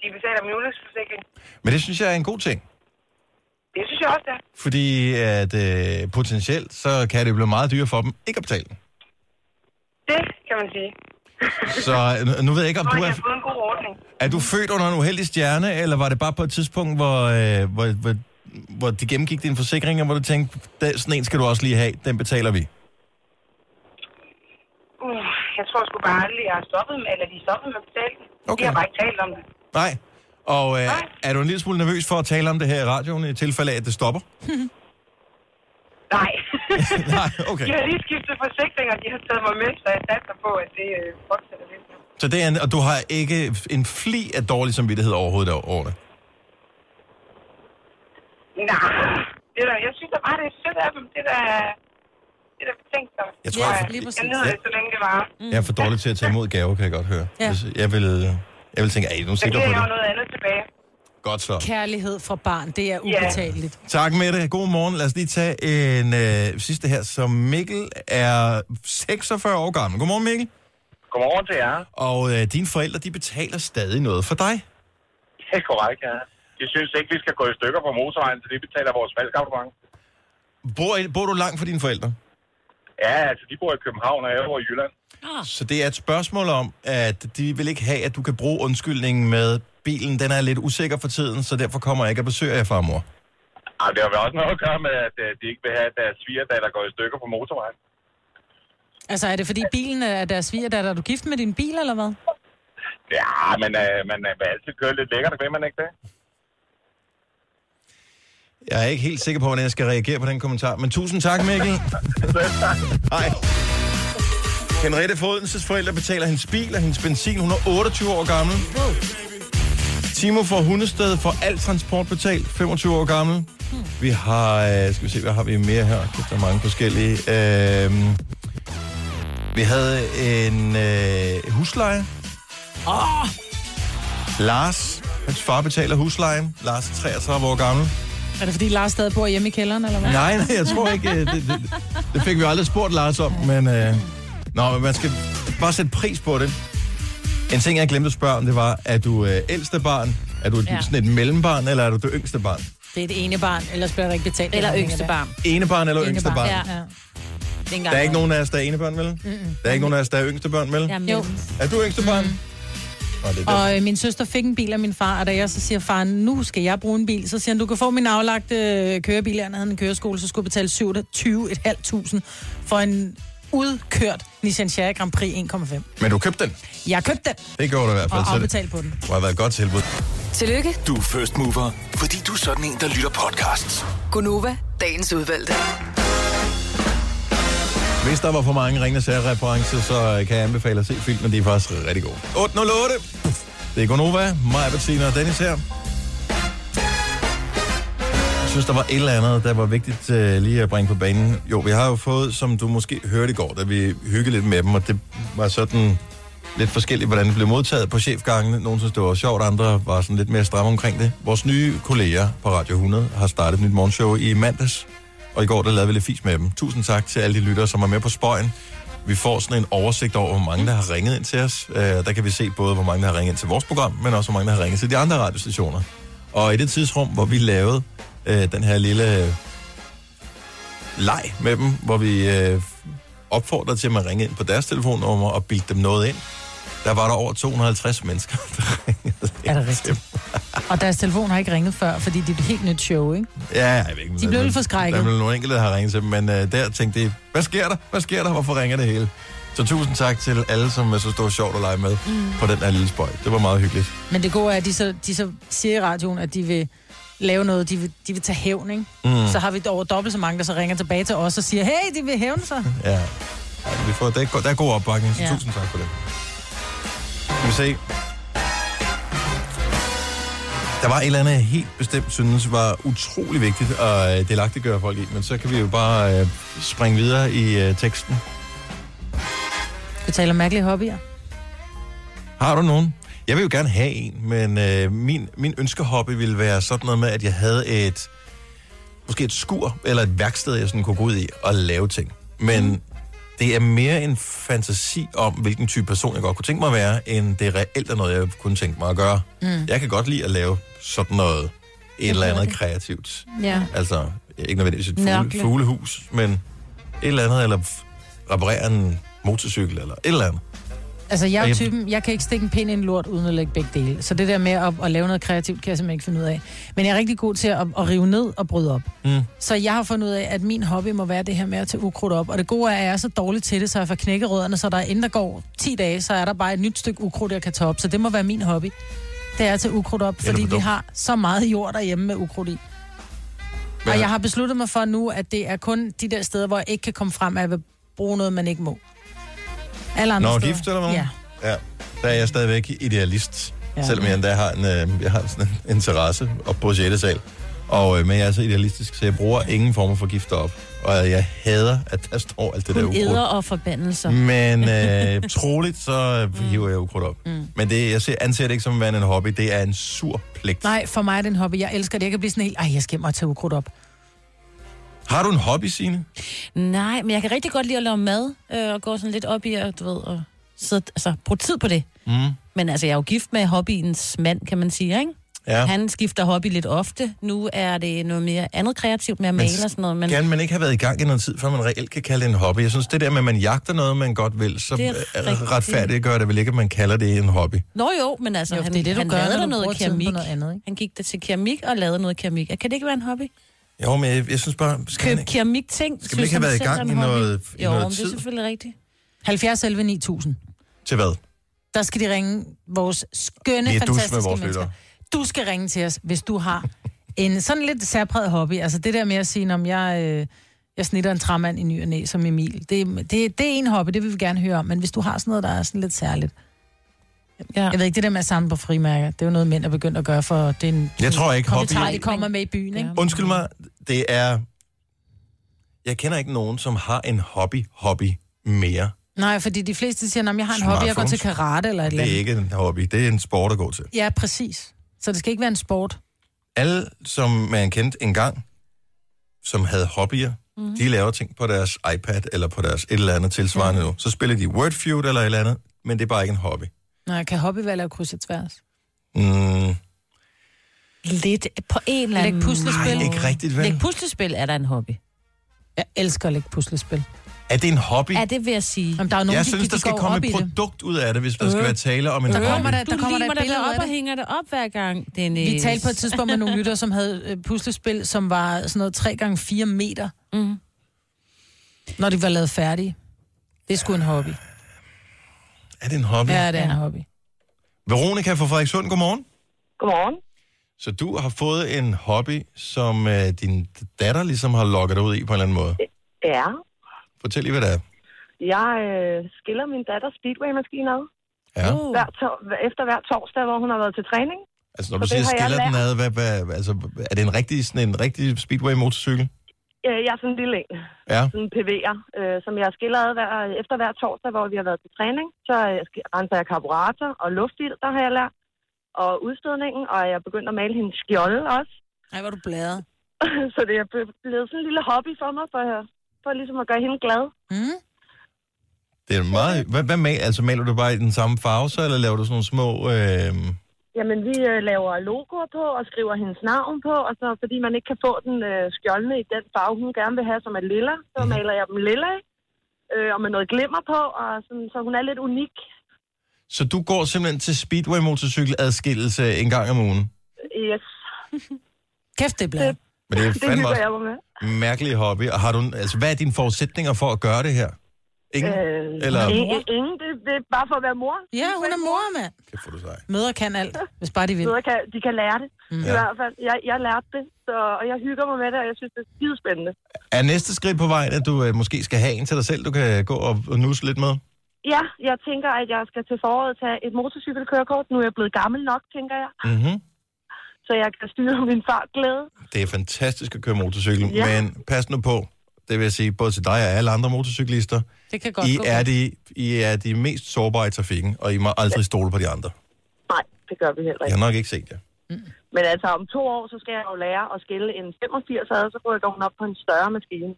P: De betaler min ulykkesforsikring.
A: Men det synes jeg er en god ting.
P: Det synes jeg også, det er.
A: Fordi at øh, potentielt, så kan det blive meget dyrere for dem ikke at betale. den.
P: Det kan man sige.
A: Så øh, nu ved jeg ikke, om
P: Og
A: du
P: jeg
A: er...
P: har fået en god ordning.
A: Er du født under en uheldig stjerne, eller var det bare på et tidspunkt, hvor, øh, hvor, hvor, hvor de gennemgik dine forsikringer, hvor du tænkte, "Den- sådan en skal du også lige have, den betaler vi?
P: Uh, jeg tror sgu bare aldrig, jeg har stoppet med, eller de er stoppet med at betale den. Okay. De har bare ikke talt om det.
A: Nej. Og øh, er du en lille smule nervøs for at tale om det her i radioen, i tilfælde af, at det stopper?
P: Nej.
A: (laughs) Nej, okay.
P: De har lige skiftet forsikring, og de har taget mig med, så jeg satser på, at det øh, fortsætter lidt.
A: Så det er en, og du har ikke en fli af dårlig samvittighed overhovedet over det?
P: Nej. ah, Det der, jeg synes da bare, det er sødt af dem. Det der, det der betænksomt.
A: Jeg tror, jeg-
P: jeg, jeg, jeg nyder det, så længe det var.
A: Mm. Jeg er for dårlig til at tage imod gaver, kan jeg godt høre.
B: Ja.
A: Hvis Jeg vil, øh, jeg vil tænke, "Ej, nu
P: Så
A: sikrer
P: giver
A: på
P: jeg jo
A: det.
P: noget andet tilbage.
A: Godt så.
B: Kærlighed fra barn, det er ubetaleligt.
A: Tak med det. God morgen. Lad os lige tage en øh, sidste her, som Mikkel er 46 år gammel. Godmorgen Mikkel.
Q: Godmorgen til jer.
A: Og øh, dine forældre, de betaler stadig noget for dig.
Q: Det er korrekt, ja. De synes ikke, vi skal gå i stykker på motorvejen, så de betaler vores valgabonnement.
A: Bor, I- bor du langt fra dine forældre?
Q: Ja, altså, de bor i København, og jeg bor i Jylland.
A: Så det er et spørgsmål om, at de vil ikke have, at du kan bruge undskyldningen med bilen. Den er lidt usikker for tiden, så derfor kommer jeg ikke og besøger jer, farmor.
Q: Ej, det har vel også noget at gøre med, at øh, de ikke vil have, at deres svigerdatter går i stykker på motorvejen.
B: Altså, er det fordi bilen er deres svigerdatter? Er du gift med din bil, eller hvad?
Q: Ja, men øh, man øh, vil altid køre lidt lækkert, vil man ikke det?
A: Jeg er ikke helt sikker på, hvordan jeg skal reagere på den kommentar, men tusind tak, Mikkel. Hej. Henriette Fodenses forældre betaler hendes bil og hendes benzin. Hun er 28 år gammel. Timo fra Hundested får al transport betalt. 25 år gammel. Vi har... øh, Skal vi se, hvad har vi mere her? Kæft, Der er mange forskellige. Øh, vi havde en øh, husleje.
B: Åh! Oh,
A: Lars, hans far betaler huslejen. Lars er 33 år gammel.
B: er det fordi Lars stadig bor hjemme i kælderen, eller hvad?
A: Nej, nej, jeg tror ikke. øh, Det, det, det fik vi aldrig spurgt Lars om, men... Øh, nå, men man skal Bare sæt pris på det. En ting, jeg glemte at spørge om, det var, er du øh, ældste barn? Er du
B: Ja.
A: ja. sådan et mellembarn, eller er du det yngste barn?
B: Det er det ene barn, ellers bliver der ikke betalt.
C: Eller
B: afhængig af
C: yngste
B: hvad.
C: barn.
A: Ene barn eller
B: Ene
A: yngste barn?
B: Ja. Ja.
A: Der er ikke nogen af os, der er ene børn, vel?
B: Mm-mm.
A: Der er ikke nogen af os, der er yngste børn, vel?
B: Jamen, jo.
A: Er du yngste børn? Mm. Nå, det er det.
B: Og øh, min søster fik en bil af min far, og da jeg så siger, far, nu skal jeg bruge en bil, så siger han, du kan få min aflagte øh, kørebil, han havde en køreskole, så skulle jeg betale 27.500 for en udkørt Nissan Sierra Grand Prix 1,5.
A: Men du købte den.
B: Jeg købte den
A: Det gjorde du i hvert fald.
B: og
A: så
B: afbetalte på den.
A: det må have været et godt tilbud.
D: Tillykke,
E: Du er first mover, fordi du er sådan en, der lytter podcasts.
D: Gunova, dagens udvalgte.
A: Hvis der var for mange ringende særreferencer, så øh, kan jeg anbefale at se filmen. De er faktisk rigtig gode. 808. Det er Gonova, mig, Bettina og Dennis her. Jeg synes, der var et eller andet, der var vigtigt øh, lige at bringe på banen. Jo, vi har jo fået, som du måske hørte i går, da vi hyggede lidt med dem, og det var sådan lidt forskelligt, hvordan det blev modtaget på chefgangene. Nogle synes, det var sjovt, andre var sådan lidt mere stramme omkring det. Vores nye kolleger på Radio 100 har startet et nyt morgenshow i mandags, og i går der lavede vi lidt fis med dem. Tusind tak til alle de lyttere, som er med på spøjen. Vi får sådan en oversigt over, hvor mange der har ringet ind til os. Øh, der kan vi se både, hvor mange der har ringet ind til vores program, men også hvor mange der har ringet til de andre radiostationer. Og i det tidsrum, hvor vi lavede øh, den her lille øh, leg med dem, hvor vi øh, opfordrer til, at man ringer ind på deres telefonnummer og bilde dem noget ind. Der var der over 250 mennesker, (laughs) der ringede Er det rigtigt?
B: Og deres telefon har ikke ringet før, fordi det er et helt nyt show, ikke?
A: Ja, jeg ved ikke. men
B: De blev
A: der-
B: lidt forskrækket.
A: Der blev nogle enkelte, der har ringet til dem, men øh, der tænkte de, hvad sker der? Hvad sker der? Hvorfor ringer det hele? Så tusind tak til alle, som jeg synes, det var sjovt at lege med
B: Mm.
A: mm. på den her lille spøj. Det var meget hyggeligt.
B: Men det gode er, at de så, de så siger i radioen, at de vil lave noget, de vil, de vil tage hævn, ikke? Mm.
A: Mm.
B: Så har vi over dobbelt så mange, der så ringer tilbage til os og siger, hey, de vil hævne sig.
A: Ja. Ej, men Vi får, der, er, go- der er god opbakning, så
B: Ja.
A: ja. tusind tak for det. Skal vi se. Der var et eller andet, jeg helt bestemt synes var utrolig vigtigt at øh, delagtiggøre folk i, men så kan vi jo bare øh, springe videre i øh, teksten.
B: Du taler mærkelige hobbyer.
A: Har du nogen? Jeg vil jo gerne have en, men øh, min, min ønskehobby ville være sådan noget med, at jeg havde et, måske et skur eller et værksted, jeg sådan kunne gå ud i og lave ting. Men mm. det er mere en fantasi om, hvilken type person jeg godt kunne tænke mig at være, end det reelt er noget, jeg kunne tænke mig at gøre.
R: Mm.
A: Jeg kan godt lide at lave sådan noget, et eller andet kreativt.
R: Ja.
A: Altså, ikke nødvendigvis et fugle,
R: Nørkle.
A: fuglehus, men et eller andet, eller f- reparere en motorcykel, eller et eller andet.
B: Altså, jeg er jo
A: Jeg-
B: typen, jeg kan ikke stikke en pind i en lort, uden at lægge begge dele. Så det der med at, at lave noget kreativt, kan jeg simpelthen ikke finde ud af. Men jeg er rigtig god til at, at rive ned og bryde op.
A: Mm.
B: Så jeg har fundet ud af, at min hobby må være det her med at tage ukrudt op. Og det gode er, at jeg er så dårlig til det, så jeg får knækket rødderne, så der inden der går 10 dage, så er der bare et nyt stykke ukrudt, jeg kan tage op. Så det må være min hobby. Det er at tage ukrudt op,
A: Ja,
B: fordi
A: det er
B: vi
A: dumt.
B: har så meget jord derhjemme med ukrudt i.
A: Men-
B: Og jeg har besluttet mig for nu, at det er kun de der steder, hvor jeg ikke kan komme frem, at jeg vil bruge noget, man ikke må. Alle andre
A: Nå,
B: steder.
A: gift eller hvad?
B: Ja.
A: Ja, der er jeg stadigvæk idealist.
B: Ja.
A: Ja. Selvom jeg endda har en, øh, jeg har sådan en, en terrasse op på 6. sal. Og, øh, men jeg er så idealistisk, så jeg bruger ingen former for gift op. Og jeg hader, at der står alt det der
C: Kun æder
A: ukrudt.
C: og forbandelser.
A: Men øh, troligt, så øh, hiver jeg ukrudt op. Mm. Men det, jeg ser, anser det ikke som værende en hobby. Det er en sur pligt.
B: Nej, for mig er det en hobby. Jeg elsker det. Jeg kan blive sådan helt, ej, jeg skal hjem og tage ukrudt op.
A: Har du en hobby, Signe?
C: Nej, men jeg kan rigtig godt lide at lave mad, øh, og gå sådan lidt op i, og, du ved, og sidde, altså, bruge tid på det.
A: Mm.
C: Men altså, jeg er jo gift med hobbyens mand, kan man sige, ikke?
A: Ja.
C: Han skifter hobby lidt ofte. Nu er det noget mere andet kreativt med at
A: Men
C: male og sådan noget. Men
A: Kan man ikke have været i gang i noget tid, før man reelt kan kalde det en hobby? Jeg synes, det der med, at man jagter noget, man godt vil, så
C: Det er rigtigt.
A: retfærdigt gør det vel ikke, at man kalder det en hobby.
C: Nå jo, men altså,
B: Jo,
C: jo,
B: for
C: han,
B: det er det, du
C: han
B: gør, når
C: lavede der
B: du bruger
C: noget
B: tiden på
C: keramik.
B: noget andet, ikke?
C: Han gik der til keramik og lavede noget keramik. Kan det ikke være en hobby?
A: Jo, men jeg, jeg synes bare... Skal man
C: Køb
A: ikke?
C: keramikting.
A: Skal man ikke have været i gang i noget, i
C: Jo, men
A: noget
C: det er
A: tid?
C: selvfølgelig rigtigt.
B: 70 11 9000.
A: Til hvad?
B: Der skal de ringe vores skønne,
A: Vi er dus med
B: fantastiske
A: vores
B: mennesker.
A: lyttere.
B: Du skal ringe til os, hvis du har en sådan lidt særpræget hobby. Altså det der med at sige, om jeg, øh, jeg snitter en træmand i ny og næ, som Emil. Det, det, det er en hobby, det vil vi gerne høre om. Men hvis du har sådan noget, der er sådan lidt særligt.
C: Ja.
B: Jeg ved ikke, det der med at samle på frimærker, det er jo noget, mænd er begyndt at gøre for... Det er en,
A: Jeg tror ikke, hobby-
B: kommentar, de kommer med i byen, ikke?
A: Undskyld mig, det er... Jeg kender ikke nogen, som har en hobby-hobby mere.
B: Nej, fordi de fleste siger, at jeg har en hobby, jeg går til
A: Smartphones.
B: karate eller et
A: Det
B: eller
A: er
B: andet.
A: ikke en hobby, det er en sport at gå til.
B: Ja, præcis. Så det skal ikke være en sport.
A: Alle, som man kendte engang, som havde hobbyer,
B: Mhm.
A: Mm-hmm. De laver ting på deres iPad eller på deres et eller andet tilsvarende nu. Så spiller de Word Feud eller et eller andet, men det er bare ikke en hobby.
B: Nej, kan hobby være at lave kryds og tværs?
A: Mm,
C: Lidt på en eller anden
B: Læg puslespil.
A: Nej, ikke rigtigt, vel?
C: Læg puslespil er der en hobby.
B: Jeg elsker at lægge puslespil.
A: er det en hobby?
C: Ja, det vil jeg sige.
B: Jamen, der er jo nogen,
A: jeg
B: de,
A: synes,
B: de
A: der skal
B: går op
A: komme
B: i
A: et
B: det.
A: produkt ud af det, hvis der skal være tale om en
B: Der
A: hobby.
B: kommer der, der
C: du
B: kommer der
C: limer
B: et
C: dig
B: billede
C: op
B: af
C: og hænger det op hver gang, øh, Dennis.
B: Vi talte på et tidspunkt med nogle lytter, som havde øh, puslespil, som var sådan noget 3 gange 4 meter,
C: Mm.
B: når de var lavet færdige. Det er sgu en hobby.
A: Er det en hobby?
B: Ja, det er en hobby.
A: Veronica fra Frederikssund, godmorgen.
J: Godmorgen.
A: Så du har fået en hobby, som øh, din datter ligesom har lukket dig ud i på en eller anden måde.
R: Ja,
A: Fortæl lige, hvad det er.
R: jeg øh, skiller min datter speedway-maskinen ad.
A: Ja.
B: Uh.
R: Hver to- efter hver torsdag, hvor hun har været til træning.
A: Altså, når
R: Så
A: du
R: det
A: siger
R: har jeg
A: skiller den
R: lært.
A: ad, hvad, hvad, altså, er det en rigtig, sådan en rigtig speedway-motorcykel?
R: Øh, Jeg er sådan en lille en,
A: Ja.
R: sådan en PV'er, øh, som jeg skiller ad hver, efter hver torsdag, hvor vi har været til træning. Så øh, sk- renser jeg karburator og luftfilter, der har jeg lært, og udstødningen, og jeg er begyndt at male hendes skjolde også. (laughs)
B: Ej, hvor du bladet.
R: Så det er ble- blevet sådan en lille hobby for mig, for, for ligesom at gøre hende glad.
B: Mm.
A: Det er meget... Hvad, hvad mal, altså, maler du bare i den samme farve, så, eller laver du sådan nogle små... Øh,
R: Jamen, vi øh, laver logoer på og skriver hendes navn på, og så fordi man ikke kan få den øh, skjoldne i den farve, hun gerne vil have, som er lilla, så maler jeg dem lilla, øh, og med noget glimmer på, og sådan, så hun er lidt unik.
A: så du går simpelthen til speedway-motorcykel-adskillelse en gang om ugen?
R: Yes.
B: Kæft, det er bladet.
A: Men
R: (laughs)
A: det er
R: Det
A: fandme
R: hygger jeg
A: også
R: mig med.
A: en mærkelig hobby. Og har du, en- altså, hvad er dine forudsætninger for at gøre det her? Ingen?
R: Øh,
A: eller...
R: Ingen, ingen. Det, det er bare for at være mor.
B: Ja, hun er mor, mand.
A: Kæft, hvor du sej.
B: Mødre kan alt, hvis bare de vil.
R: Mødre kan, de kan lære det.
A: Mm.
R: Mm. I
A: Ja.
R: hvert fald. Jeg, jeg lærte det, så, og jeg hygger mig med det, og jeg synes, det er skidespændende.
A: Er næste skridt på vejen, at du øh, måske skal have en til dig selv, du kan gå og og nusse lidt med?
R: Ja, jeg tænker, at jeg skal til foråret tage et motorcykelkørekort. Nu er jeg blevet gammel nok, tænker jeg,
A: Mm-hmm.
R: så jeg kan styre min fartglæde.
A: Det er fantastisk at køre motorcykel, ja.
R: Ja.
A: men pas nu på. Det vil jeg sige både til dig og alle andre motorcyklister.
B: Det kan godt
A: I
B: gå
A: er,
B: godt.
A: de, I er de mest sårbare i trafikken, og I må aldrig stole på de andre.
R: Nej, det gør vi heller
A: Jeg
R: ikke.
A: har nok ikke set jer.
R: Men altså, om to år, så skal jeg jo lære at skille en 85 ad, så rykker hun op på en større maskine.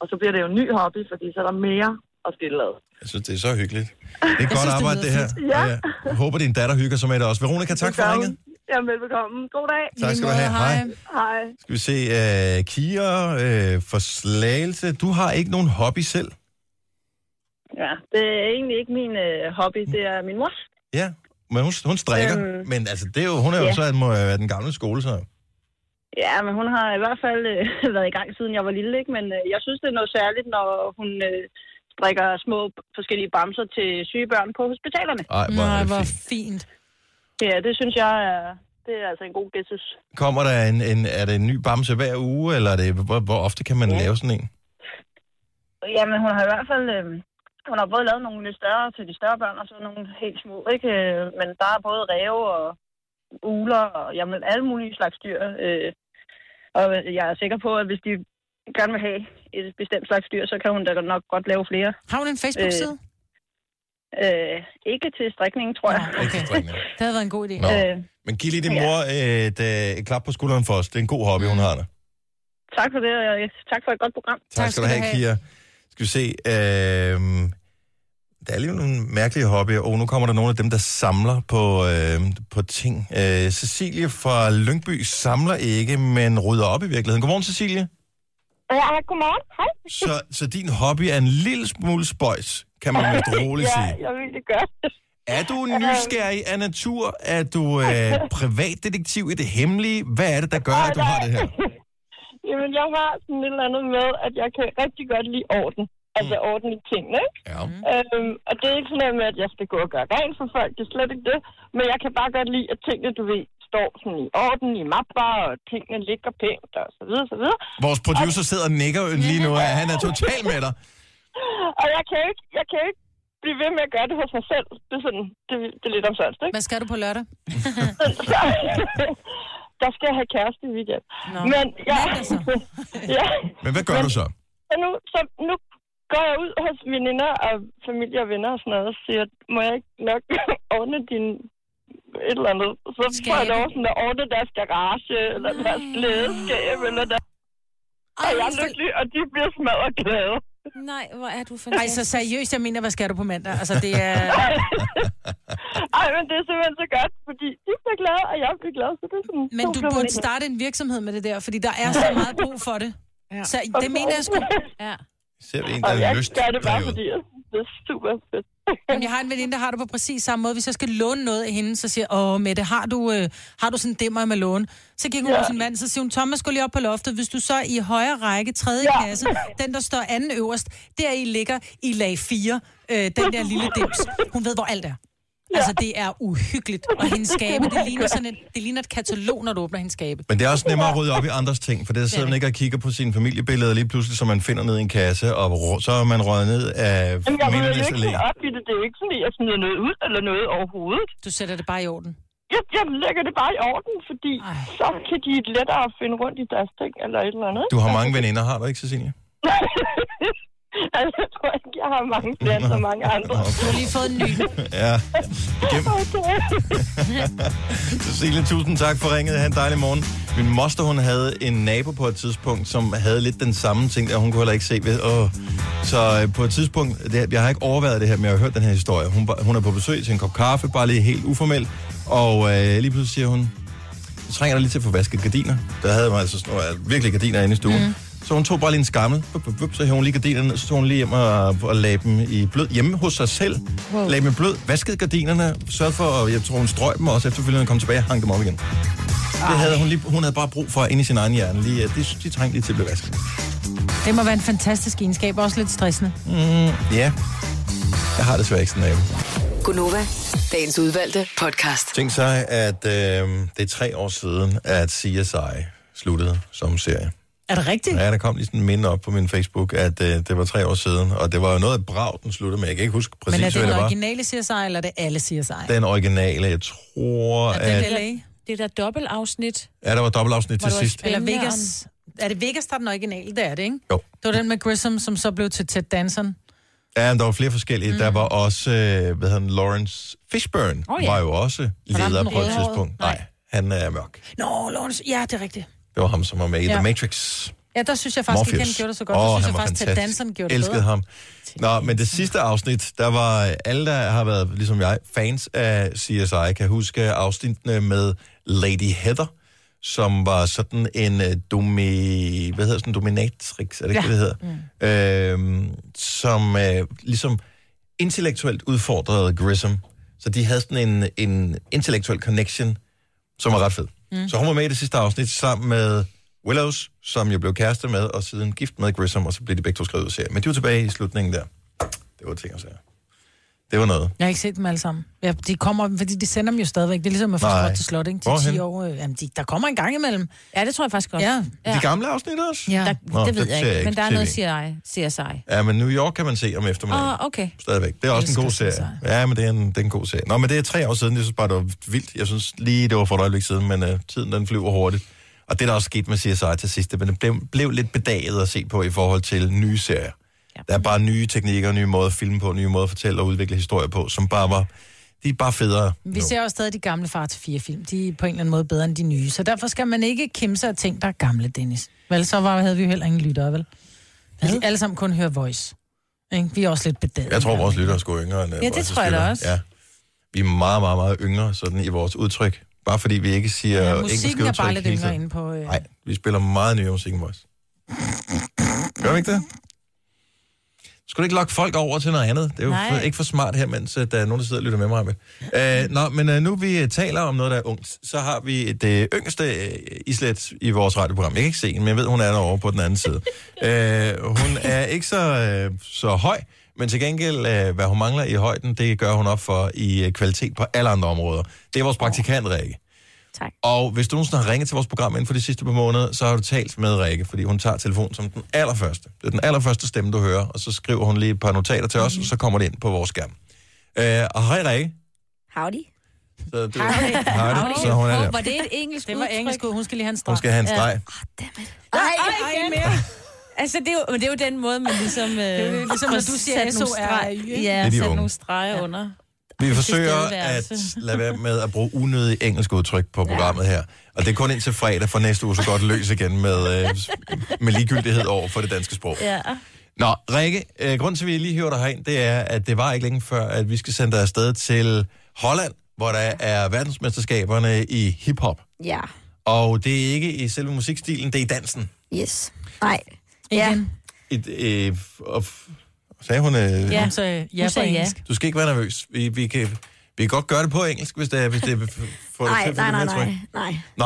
R: Og så bliver det jo en ny hobby, fordi så er der mere at skille ad.
A: Jeg synes, det er så hyggeligt. Det er godt
R: det
A: arbejde, det
R: lyder
A: her.
R: fedt. Ja.
A: Og Jeg håber, din datter hygger sig med det også. Veronica, tak for ringet.
R: Jamen, velbekomme. God dag.
A: Tak skal du have. Hej.
R: Hej.
A: Skal vi se, uh, Kira, uh, forslagelse. Du har ikke nogen hobby selv.
S: Ja, det er egentlig ikke min øh, hobby, det er min mors.
A: Ja, men hun, hun strikker.
S: Øhm,
A: men altså, det er jo, hun er jo
S: ja.
A: så, at må være den gamle skole, så.
S: Ja, men hun har i hvert fald øh, været i gang, siden jeg var lille, ikke? Men øh, jeg synes, det er noget særligt, når hun øh, strikker små forskellige bamser til syge børn på hospitalerne.
A: Ej, hvor er det Nej, hvor
B: fint.
S: Ja, det synes jeg er, det er altså en god business.
A: Kommer der en, en, er det en ny bamse hver uge, eller er det, hvor, hvor ofte kan man ja. lave sådan en?
S: Jamen, hun har i hvert fald... Øh, hun har både lavet nogle lidt større til de større børn, og så nogle helt små, ikke? Øh, Men der er både ræve og uler og jamen, alle mulige slags dyr. Øh, og øh, jeg er sikker på, at hvis de gerne vil have et bestemt slags dyr, så kan hun da nok godt lave flere.
B: Har hun en Facebook-side?
S: Øh, øh, ikke til strikning, tror
N: Øh,
S: jeg. Øh,
A: Okay. (laughs)
B: Det havde været en god idé.
A: Nå. Men giv lige din mor ja. et, øh, et klap på skulderen for os. Det er en god hobby, hun har der.
S: Tak for det, og øh, tak for et godt program.
A: Tak, tak skal du have, Kira. Skal vi se. Øh, der er lige nogle mærkelige hobbyer, og nu kommer der nogle af dem, der samler på, øh, på ting. Øh, Cecilie fra Lyngby samler ikke, men rydder op i virkeligheden. Godmorgen, Cecilie.
N: Ja, godmorgen. Hej.
A: Så, så din hobby er en lille smule spøjs, kan man vist
N: (laughs)
A: roligt
N: ja,
A: sige.
N: jeg vil det gøre. Øhm.
A: Er
N: (laughs)
A: du nysgerrig af natur? Er du øh, privatdetektiv i det hemmelige? Hvad er det, der gør, at du har det
N: (laughs)
A: her?
N: Jamen, jeg har sådan et eller andet med, at jeg kan rigtig godt lide orden. Altså mm. orden i tingene, ikke?
A: Ja.
N: Øhm, og det er ikke sådan noget med, at jeg skal gå og gøre rent for folk. Det er slet ikke det. Men jeg kan bare godt lide, at tingene, du ved, står sådan i orden i mapper, og tingene ligger pænt, og så videre, så videre.
A: Vores producer sidder og nikker lige nu, at han er total med dig.
N: Og jeg kan jo ikke, jeg kan jo ikke blive ved med at gøre det hos mig selv. Det er, sådan, det, det er lidt omsørst, ikke?
B: Hvad skal du på lørdag?
Q: (laughs)
N: (laughs) der skal jeg have kæreste i weekend. Men jeg... (laughs) ja,
A: Men hvad gør du så?
N: så nu, så nu går jeg ud hos veninder og familie og venner og sådan noget, og siger, må jeg ikke nok (laughs) ordne din et eller andet. Så får jeg lov sådan at ordne deres garage, eller deres lædeskab, eller deres... er jeg lykkelig, og de bliver smadret glade.
C: Nej, hvor er du
B: Ej, så seriøst, jeg mener, hvad skal du på mandag? Altså, det er...
N: (laughs) Ej, men det er simpelthen så godt, fordi de bliver glade, og jeg bliver glad, så det er sådan...
B: Men du burde starte en virksomhed med det der, fordi der er så meget brug for det. Ja. Så det mener jeg sgu.
N: (laughs)
B: Ja.
A: Ser vi en,
N: Og
A: der
N: jeg
A: er lyst?
N: gør det bare, fordi jeg- det er super fedt.
B: Jamen, jeg har en veninde, der har det på præcis samme måde. Hvis jeg skal låne noget af hende, så siger jeg, åh Mette, har du, øh, har du sådan en dæmmer med låne? Så gik hun
N: Ja.
B: ja. sin mand, så siger hun, Thomas, gå lige op på loftet. Hvis du så i højre række, tredje ja. kasse, den der står anden øverst, der i ligger i lag 4, øh, den der lille dims. Hun ved, hvor alt er. Altså, det er uhyggeligt. Og hendes skabe, det ligner, sådan et, det ligner et katalog, når du åbner hendes skabe.
A: Men det er også nemmere at rydde op i andres ting, for der sidder man ikke og kigger på sine familiebilleder lige pludselig, som man finder ned i en kasse, og rå- så er man røget ned af
N: Jamen, jeg rydder jo
A: mindernes
N: ikke
A: allé.
N: sådan op i det. Det er jo ikke sådan, at jeg smider noget ud eller noget overhovedet.
B: Du sætter det bare i orden?
N: Jeg, jeg lægger det bare i orden, fordi Ej. så kan de lettere finde rundt i deres ting eller et eller
A: (laughs)
N: andet.
A: Du har mange veninder, har du ikke, Cecilie?
N: altså, jeg tror ikke, jeg har mange flere end så mange andre.
B: Du har lige fået en ny.
A: Ja.
N: Okay.
A: Cecilie, tusind tak for ringet. Ha' en dejlig morgen. Min moster, hun havde en nabo på et tidspunkt, som havde lidt den samme ting, og hun kunne heller ikke se. Ved. Åh. Så øh, på et tidspunkt, det, jeg har ikke overvejet det her, men jeg har hørt den her historie. Hun, var- hun er på besøg til en kop kaffe, bare lige helt uformelt, og øh, lige pludselig siger hun, så trænger jeg lige til at få vasket gardiner. Der havde man altså sådan, nogle, øh, virkelig gardiner inde i stuen. Mm. Så hun tog bare lige en skammel, bup, bup, bup, så hævde hun lige gardinerne, ned, så tog hun lige hjem og, og lagde dem i blød hjemme hos sig selv. Wow. Lagde dem i blød, vaskede gardinerne, sørgede for, og jeg tror hun strøg dem, og også efterfølgende kom tilbage og hang dem op igen. Det havde hun, lige, hun havde bare brug for inde i sin egen hjerne. Lige, at de, de trængte lige til at blive vasket.
B: Det må være en fantastisk egenskab, også lidt stressende.
A: Mm, ja, jeg har desværre ikke sådan en nabo.
D: Gunova, dagens udvalgte podcast.
A: Tænk sig, at øh, det er tre år siden, at CSI sluttede som serie.
B: Er det rigtigt?
A: Ja, der kom lige sådan en minde op på min Facebook, at øh, det var tre år siden, og det var noget af brav, den sluttede med. Jeg kan ikke huske præcis,
B: Men er det
A: hvad
B: den
A: det var.
B: originale CSI, eller er det alle CSI?
A: Den originale, jeg tror,
C: Er
B: Øh,
A: at...
C: det, der, det der dobbeltafsnit.
A: Ja, der var dobbeltafsnit
C: Hvor
A: til
C: det var
A: sidst.
B: Eller
C: Spændende
B: Vegas. Er det Vegas, der er den originale? Det er det, ikke? Jo. Det var den med Grissom, som så blev til Ted Danson.
A: Ja, men der var flere forskellige. Mm. Der var også, øh, hvad hedder han, Lawrence Fishburne,
B: Åh,
A: oh,
B: ja.
A: ja. var jo også
B: ham
A: leder
B: den
A: på et
B: rødhårede?
A: tidspunkt. Nej, han er mørk.
B: Nå, Lawrence, ja, det er rigtigt.
A: Det var ham, som var med i
B: Ja.
A: The Matrix.
B: Ja, der synes jeg faktisk ikke, han gjorde det så godt.
A: Åh,
B: Oh, jeg synes
A: han
B: jeg
A: var
B: faktisk, Ted
A: fantastisk.
B: Danson gjorde det
A: Elskede
B: bedre.
A: ham. Nå, men det sidste afsnit, der var øh, alle, der har været, ligesom jeg, fans af CSI, kan huske afsnittene med Lady Heather, som var sådan en øh, domi, hvad hedder sådan, en dominatrix, er det ikke,
E: Ja.
A: ja. det hedder? Mm. Øhm, som øh, ligesom intellektuelt udfordrede Grissom. Så de havde sådan en, en intellektuel connection, som var ret fed. Mm. Så hun var med i det sidste afsnit sammen med Willows, som jeg blev kæreste med, og siden gift med Grissom, og så blev de begge to skrevet ud af serien. Men de var tilbage i slutningen der. Det var ting og sager. Det var noget.
B: Jeg har ikke set dem alle sammen. Ja, de kommer, fordi de sender dem jo stadigvæk. Det er ligesom at få
A: Nej.
B: slot til slot, ikke? Til
A: Hvorhen?
B: 10 år. øh, Jamen, de, der kommer en gang imellem.
C: Ja, det tror jeg faktisk godt.
B: Ja.
A: Ja. De gamle afsnit også?
C: Ja. Der,
A: Nå,
C: Nå, det ved
A: dem
C: jeg
A: ser
C: ikke, men der er
A: TV.
C: noget CSI. CSI.
A: Ja, men New York kan man se om eftermiddagen.
C: Åh, Ah, okay.
A: Stadigvæk. Det er også en god serie. Ja, men det er en, det er en god serie. Nå, men det er tre år siden. Jeg synes bare, det var vildt. Jeg synes lige, det var for et øjeblik siden, men uh, tiden den flyver hurtigt. Og det, der også skete med CSI til sidst, det blev, blev- blev lidt bedaget at se på i forhold til nye serier. Ja. Der er bare nye teknikker, nye måder at filme på, nye måder at fortælle og udvikle historier på, som bare var... De er bare federe.
B: Vi ser også stadig de gamle far til fire film. De er på en eller anden måde bedre end de nye. Så derfor skal man ikke kæmpe sig af ting, der er gamle, Dennis. Vel, så var, havde vi jo heller ingen lyttere, vel? Vi alle sammen kun hører voice. Ikke? Vi er også lidt bedaget.
A: Jeg tror, vores lyttere er sgu yngre end øh,
B: Ja, det
A: vores
B: tror jeg da
A: lyttere.
B: også.
A: Ja. Vi er meget, meget, meget yngre sådan i vores udtryk. Bare fordi vi ikke siger
B: Ja,
A: ja, engelske
B: musikken er
A: udtryk
B: bare lidt
A: hele
B: yngre
A: tiden.
B: inde på... Øh...
A: Nej, vi spiller meget nyere musik end vores. Gør vi ikke det? Skulle du ikke lokke folk over til noget andet? Det er jo
E: Nej.
A: for, ikke for smart her, mens øh, der er nogen, der sidder og lytter med mig. Med. Øh, nå, men øh, nu vi øh, taler om noget, der er ungt, så har vi det yngste øh, islet i vores radioprogram. Jeg kan ikke se hende, men jeg ved, hun er derovre på den anden side. øh, hun er ikke så, øh, så høj, men til gengæld, øh, hvad hun mangler i højden, det gør hun op for i øh, kvalitet på alle andre områder. Det er vores praktikant, Rikke.
C: Tak.
A: Og hvis du nogensinde har ringet til vores program inden for de sidste par måneder, så har du talt med Rikke, fordi hun tager telefonen som den allerførste. Det er den allerførste stemme, du hører, og så skriver hun lige et par notater til os, og så kommer det ind på vores skærm. Øh, og hej Rikke.
T: Howdy.
A: Så du,
B: Howdy.
A: howdy. Så hun er
C: Hvor
A: der.
C: var (laughs) det et engelsk
B: Det var engelsk ud. Hun skal lige have en streg.
A: Hun skal have en streg.
C: Nej, nej, ikke mere. Altså, det er, jo, men det er jo den måde, man ligesom... Øh,
B: Det er jo ligesom, når du siger
C: sat nogle
B: SORI,
C: streg-
B: ikke?
C: Ja,
A: Det er de
C: sat
A: unge.
C: nogle streger under.
A: Vi forsøger at
C: tilstedeværelse.
A: lade være med at bruge unødige engelske udtryk på programmet her. Og det er kun indtil fredag, for næste uge så godt løs igen med, øh, med ligegyldighed over for det danske sprog.
C: Ja.
A: Nå, Rikke, øh, grunden til, at vi lige hiver dig herind, det er, at det var ikke længe før, at vi skal sende dig afsted til Holland, hvor der er verdensmesterskaberne i hiphop.
T: Ja.
A: Og det er ikke i selve musikstilen, det er i dansen.
T: Yes. Nej. Ja.
A: Et, øh, og, f- sagde hun... Øh,
T: Ja, hun sagde ja Hun sagde på ja. engelsk.
A: Du skal ikke være nervøs. Vi, vi, kan, vi kan godt gøre det på engelsk, hvis det er... Hvis det er for,
T: Nej, nej, nej, nej, nej.
A: Nå,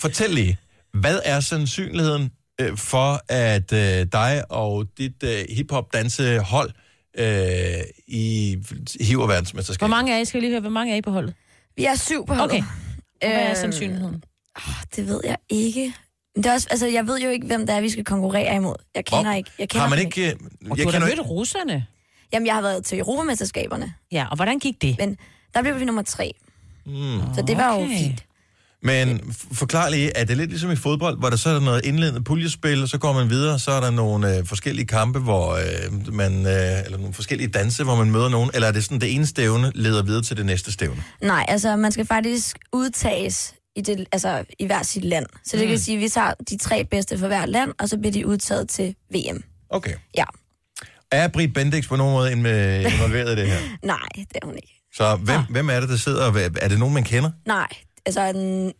A: fortæl lige, hvad er sandsynligheden øh, for, at øh, dig og dit øh, hiphop-dansehold øh, i hiver
C: Hvor
A: verdensmesterskab?
C: mange af jer, skal vi lige høre, hvor mange er I på holdet?
T: Vi er syv på holdet.
C: Okay. Og Hvad
B: Øh,
C: er
T: Øhm,
C: sandsynligheden?
T: Det ved jeg ikke. Men Det er også, altså, jeg ved jo ikke, hvem det er, vi skal konkurrere imod. Jeg kender ikke. Jeg kender
A: Har man
T: dem
A: ikke... øh,
T: Og
A: Jeg
T: du har da
A: kender
T: mødt
A: ikke...
C: russerne?
T: Jamen, jeg har været til Europamesterskaberne.
C: Ja, og hvordan gik det?
T: Men der blev vi nummer tre,
A: Mm.
T: så det var jo fint.
A: Men f- forklar lige, er det lidt ligesom i fodbold, hvor der så er noget indledende puljespil, og så går man videre, så er der nogle øh, forskellige kampe, hvor øh, man, øh, eller nogle forskellige danse, hvor man møder nogen, eller er det sådan, det ene stævne leder videre til det næste stævne?
T: Nej, altså, man skal faktisk udtages i, det, altså, i hver sit land. Så det
A: Mm.
T: kan sige, at vi tager de tre bedste fra hvert land, og så bliver de udtaget til VM.
A: Okay.
T: Ja.
A: Er Britt Bendix på nogen måde inv- involveret i det her?
T: Nej, det er hun ikke.
A: Så hvem, ah. hvem er det, der sidder? og hvem- Er det nogen, man kender?
T: Nej, altså, mm,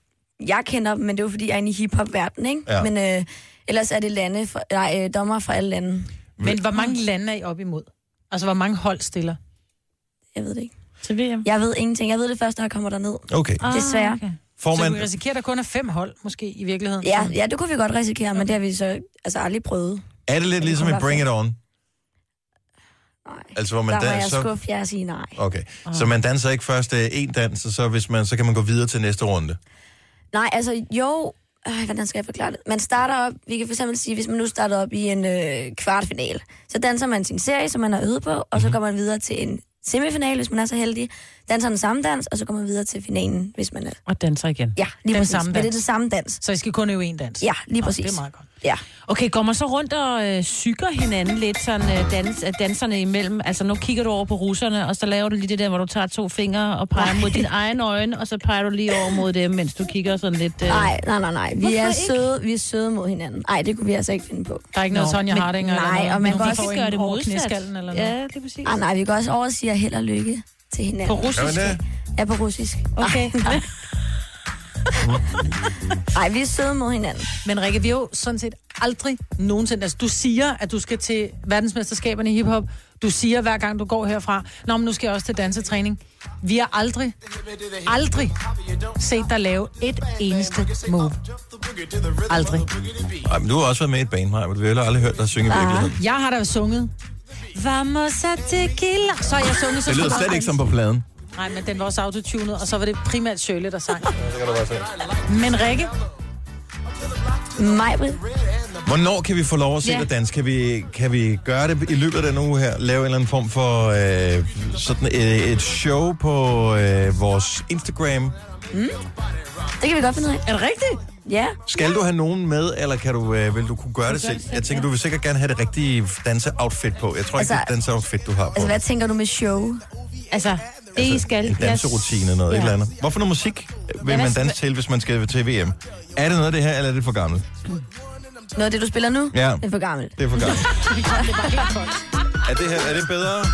T: jeg kender dem, men det er jo, fordi jeg er inde i hiphop-verdenen, ikke?
A: Ja.
T: Men øh, ellers er det lande fra, nej, øh, dommer fra alle lande.
B: Men hvor mange
C: Ah.
B: lande er I op imod? Altså, hvor mange hold stiller?
T: Jeg ved det ikke.
C: Til VM?
T: Jeg ved ingenting. Jeg ved det først, når jeg kommer derned.
B: Ah.
A: Okay.
C: Ah,
T: Desværre.
B: okay.
A: Får
B: Så
A: man-
B: vi risikerer, at der kun er fem hold, måske, i virkeligheden?
T: Ja, ja, det kunne vi godt risikere, men det har vi så altså, aldrig prøvet.
A: Er det lidt ligesom i
T: kunne være
A: Bring It On? Nej. Altså, hvor man
T: der må jeg
A: danser...
T: skuffe jer og sige nej.
A: Okay,
B: Ah.
A: så man danser ikke først øh, en dans, og så, hvis man, så kan man gå videre til næste runde.
T: Nej, altså jo... Øh, hvordan skal jeg forklare det? Man starter op, vi kan for eksempel sige, hvis man nu starter op i en øh, kvartfinal, så danser man sin serie, som man har øvet på, og så går man videre til en semifinal, hvis man er så heldig, danser den samme dans, og så går man videre til finalen, hvis man er...
C: Og danser igen.
T: Ja, lige
C: Den
T: præcis.
C: samme
T: Men
C: dans.
T: det er det samme dans.
B: Så I skal kun øve en dans?
T: Ja, lige
C: Nå,
T: præcis.
C: det er meget godt.
T: Ja.
C: Okay, går man så rundt og øh, syger hinanden lidt, sådan øh, dans, øh, danserne imellem? Altså, nu kigger du over på russerne, og så laver du lige det der, hvor du tager to fingre og peger mod din egen øjne, og så peger du lige over mod dem, mens du kigger sådan lidt... Øh...
T: Nej, nej, nej, nej. Vi
C: Hvorfor
T: er,
C: ikke?
T: søde, vi er søde mod hinanden. Nej, det kunne vi altså ikke finde på.
B: Der er ikke noget Nå, Sonja men- Hardinger eller
T: Nej,
B: noget.
T: og man
B: Nogen,
T: kan
B: der
T: også
B: får en
T: gøre det
B: hård
T: modsat.
B: knæskallen eller noget. Ja, det er præcis.
T: Ah, nej, vi kan også over og sige held og lykke til hinanden.
B: På russisk? Gør man det?
T: Ja, på russisk.
C: Okay.
T: Nej, Ah, vi er søde mod hinanden.
B: Men Rikke, vi har jo sådan set aldrig nogensinde... Altså, du siger, at du skal til verdensmesterskaberne i hiphop. Du siger, hver gang du går herfra, Nå, men nu skal jeg også til dansetræning. Vi har aldrig, aldrig set dig lave et eneste move. Aldrig.
A: Ej, men du har også været med i et band, Maja, men du har heller aldrig hørt dig synge i virkeligheden.
B: Jeg har da sunget. Vamos a tequila. Så har jeg sunget... Så
A: Det lyder
B: skulle-
A: slet ikke som på pladen.
B: Nej, men den var også autotunet, og så var det primært Sjøle, der sang.
A: Det kan du bare se.
B: Men Rikke,
T: Mig,
A: Hvornår kan vi få lov at se
B: Ja.
A: ja. dig danse? Kan vi, kan vi gøre det i løbet af den uge her? Lave en eller anden form for øh, sådan et, et show på øh, vores Instagram?
T: Mm. Det kan vi godt finde ud af.
B: Er det rigtigt?
T: Ja.
A: Skal du have nogen med, eller kan du, øh, vil du kunne gøre det
T: kan
A: selv?
T: gøre det
A: Jeg tænker, du vil sikkert gerne have det rigtige danse-outfit på. Jeg tror ikke,
T: Altså-
A: det er et danse-outfit, du har på.
T: Altså, hvad tænker du med show?
C: Altså, det I skal...
A: En danserutine, noget ja. et eller andet. Hvorfor noget musik vil man danse til, hvis man skal til VM? Er det noget af det her, eller er det for gammelt?
T: Noget af det, du spiller nu?
A: Ja.
T: Det er for gammelt.
A: Det er for gammelt.
T: det var helt koldt.
A: er det her er det bedre?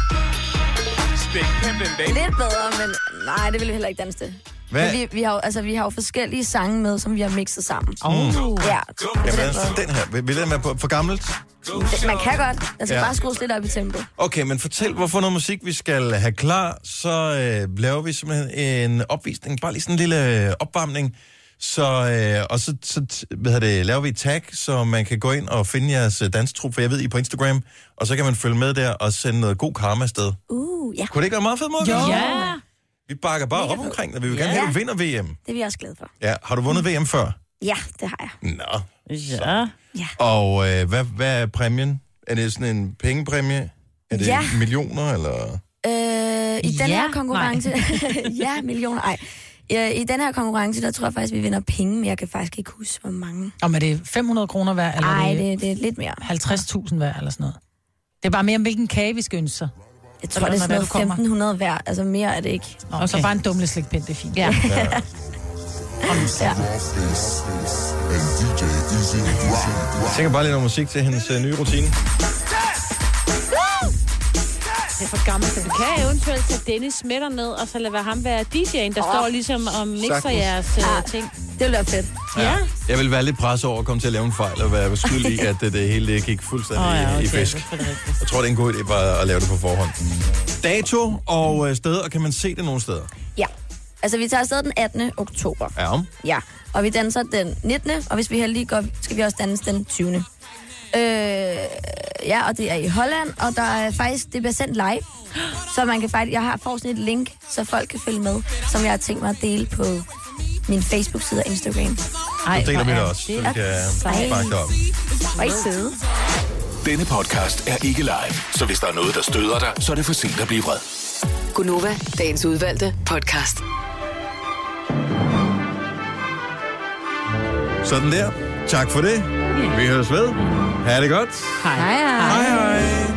T: Lidt bedre, men nej, det vil vi heller ikke danse til.
A: Hvad?
T: Men Vi, vi, har jo, altså, vi har jo forskellige sange med, som vi har mixet sammen.
A: Mm. altså,
T: Ja.
A: Kan man danse til den her? Vil, vil den være på, for gammelt?
T: Det- Man kan godt. Der skal
A: Ja.
T: ja. bare skrues lidt op i tempo.
A: Okay, men fortæl, hvorfor noget musik vi skal have klar, så øh, laver vi simpelthen en opvisning, bare lige sådan en lille øh, opvarmning, så, øh, og så, så t- hvad hedder det, laver vi et tag, så man kan gå ind og finde jeres øh, danstrup, for jeg ved, I er på Instagram, og så kan man følge med der og sende noget god karma afsted.
T: Uh, ja.
A: Kunne det ikke være meget fedt, Morten?
T: Jo.
A: Ja. Vi bakker bare op omkring det, vi vil gerne
T: Ja.
A: have, at du vinder VM.
T: Det er vi også glade for.
A: Ja, har du vundet VM før?
T: Ja, det har jeg.
A: Nå.
C: Ja.
T: ja.
A: Og øh, hvad, hvad er præmien? Er det sådan en pengepræmie? Er det
T: Ja.
A: millioner, eller?
T: Øh, I den
A: Ja,
T: her konkurrence... (laughs) ja, millioner. Ej. Øh, I den her konkurrence, der tror jeg faktisk, vi vinder penge, men jeg kan faktisk ikke huske, hvor mange.
B: om er det 500 kroner hver, eller
T: Nej,
B: er det
T: det, det er lidt mere.
B: 50.000 hver, eller sådan noget? Det er bare mere om, hvilken kage vi skal ønske sig.
T: Jeg tror, det er sådan noget 1500 hver. Altså mere er det ikke.
B: Okay. Og så bare en dumle slikpind, det er fint.
T: Ja.
B: Ja.
T: ja.
A: Jeg tænker bare lidt noget musik til hendes øh, nye rutine.
C: Det er for gammelt, så du kan eventuelt tage Dennis med dig ned, og så lade være ham være DJ'en, der oh, står ligesom og mixer
A: sagtens.
C: jeres
A: Ah.
C: uh, ting.
T: Det ville være fedt.
C: Ja.
A: Jeg vil være lidt presset over at komme til at lave en fejl, og være skyld i, at øh, det, det hele det gik fuldstændig
C: Åh,
A: oh,
C: ja,
A: ja,
C: okay,
A: i fisk. Jeg tror, det er en god idé bare at lave det på forhånd. Dato og øh, sted, og kan man se det nogle steder?
T: ja. Altså, vi tager afsted den 18. oktober.
A: Ja.
T: Ja, og vi danser den 19. Og hvis vi er heldige, går, skal vi også danse den 20. Øh, ja, og det er i Holland, og der er faktisk, det bliver sendt live. Så man kan faktisk, jeg har får sådan et link, så folk kan følge med, som jeg har tænkt mig at dele på min Facebook-side og Instagram.
A: Ej, deler vi det også, så vi kan bakke det op.
T: Hvor er I søde.
E: Denne podcast er ikke live, så hvis der er noget, der støder dig, så er det for sent at blive vred.
D: Gunova, dagens udvalgte podcast.
A: Sådan der. Tak for det. Vi høres ved. Ha' det godt.
C: Hej. Hej, hej.
A: hej, hej.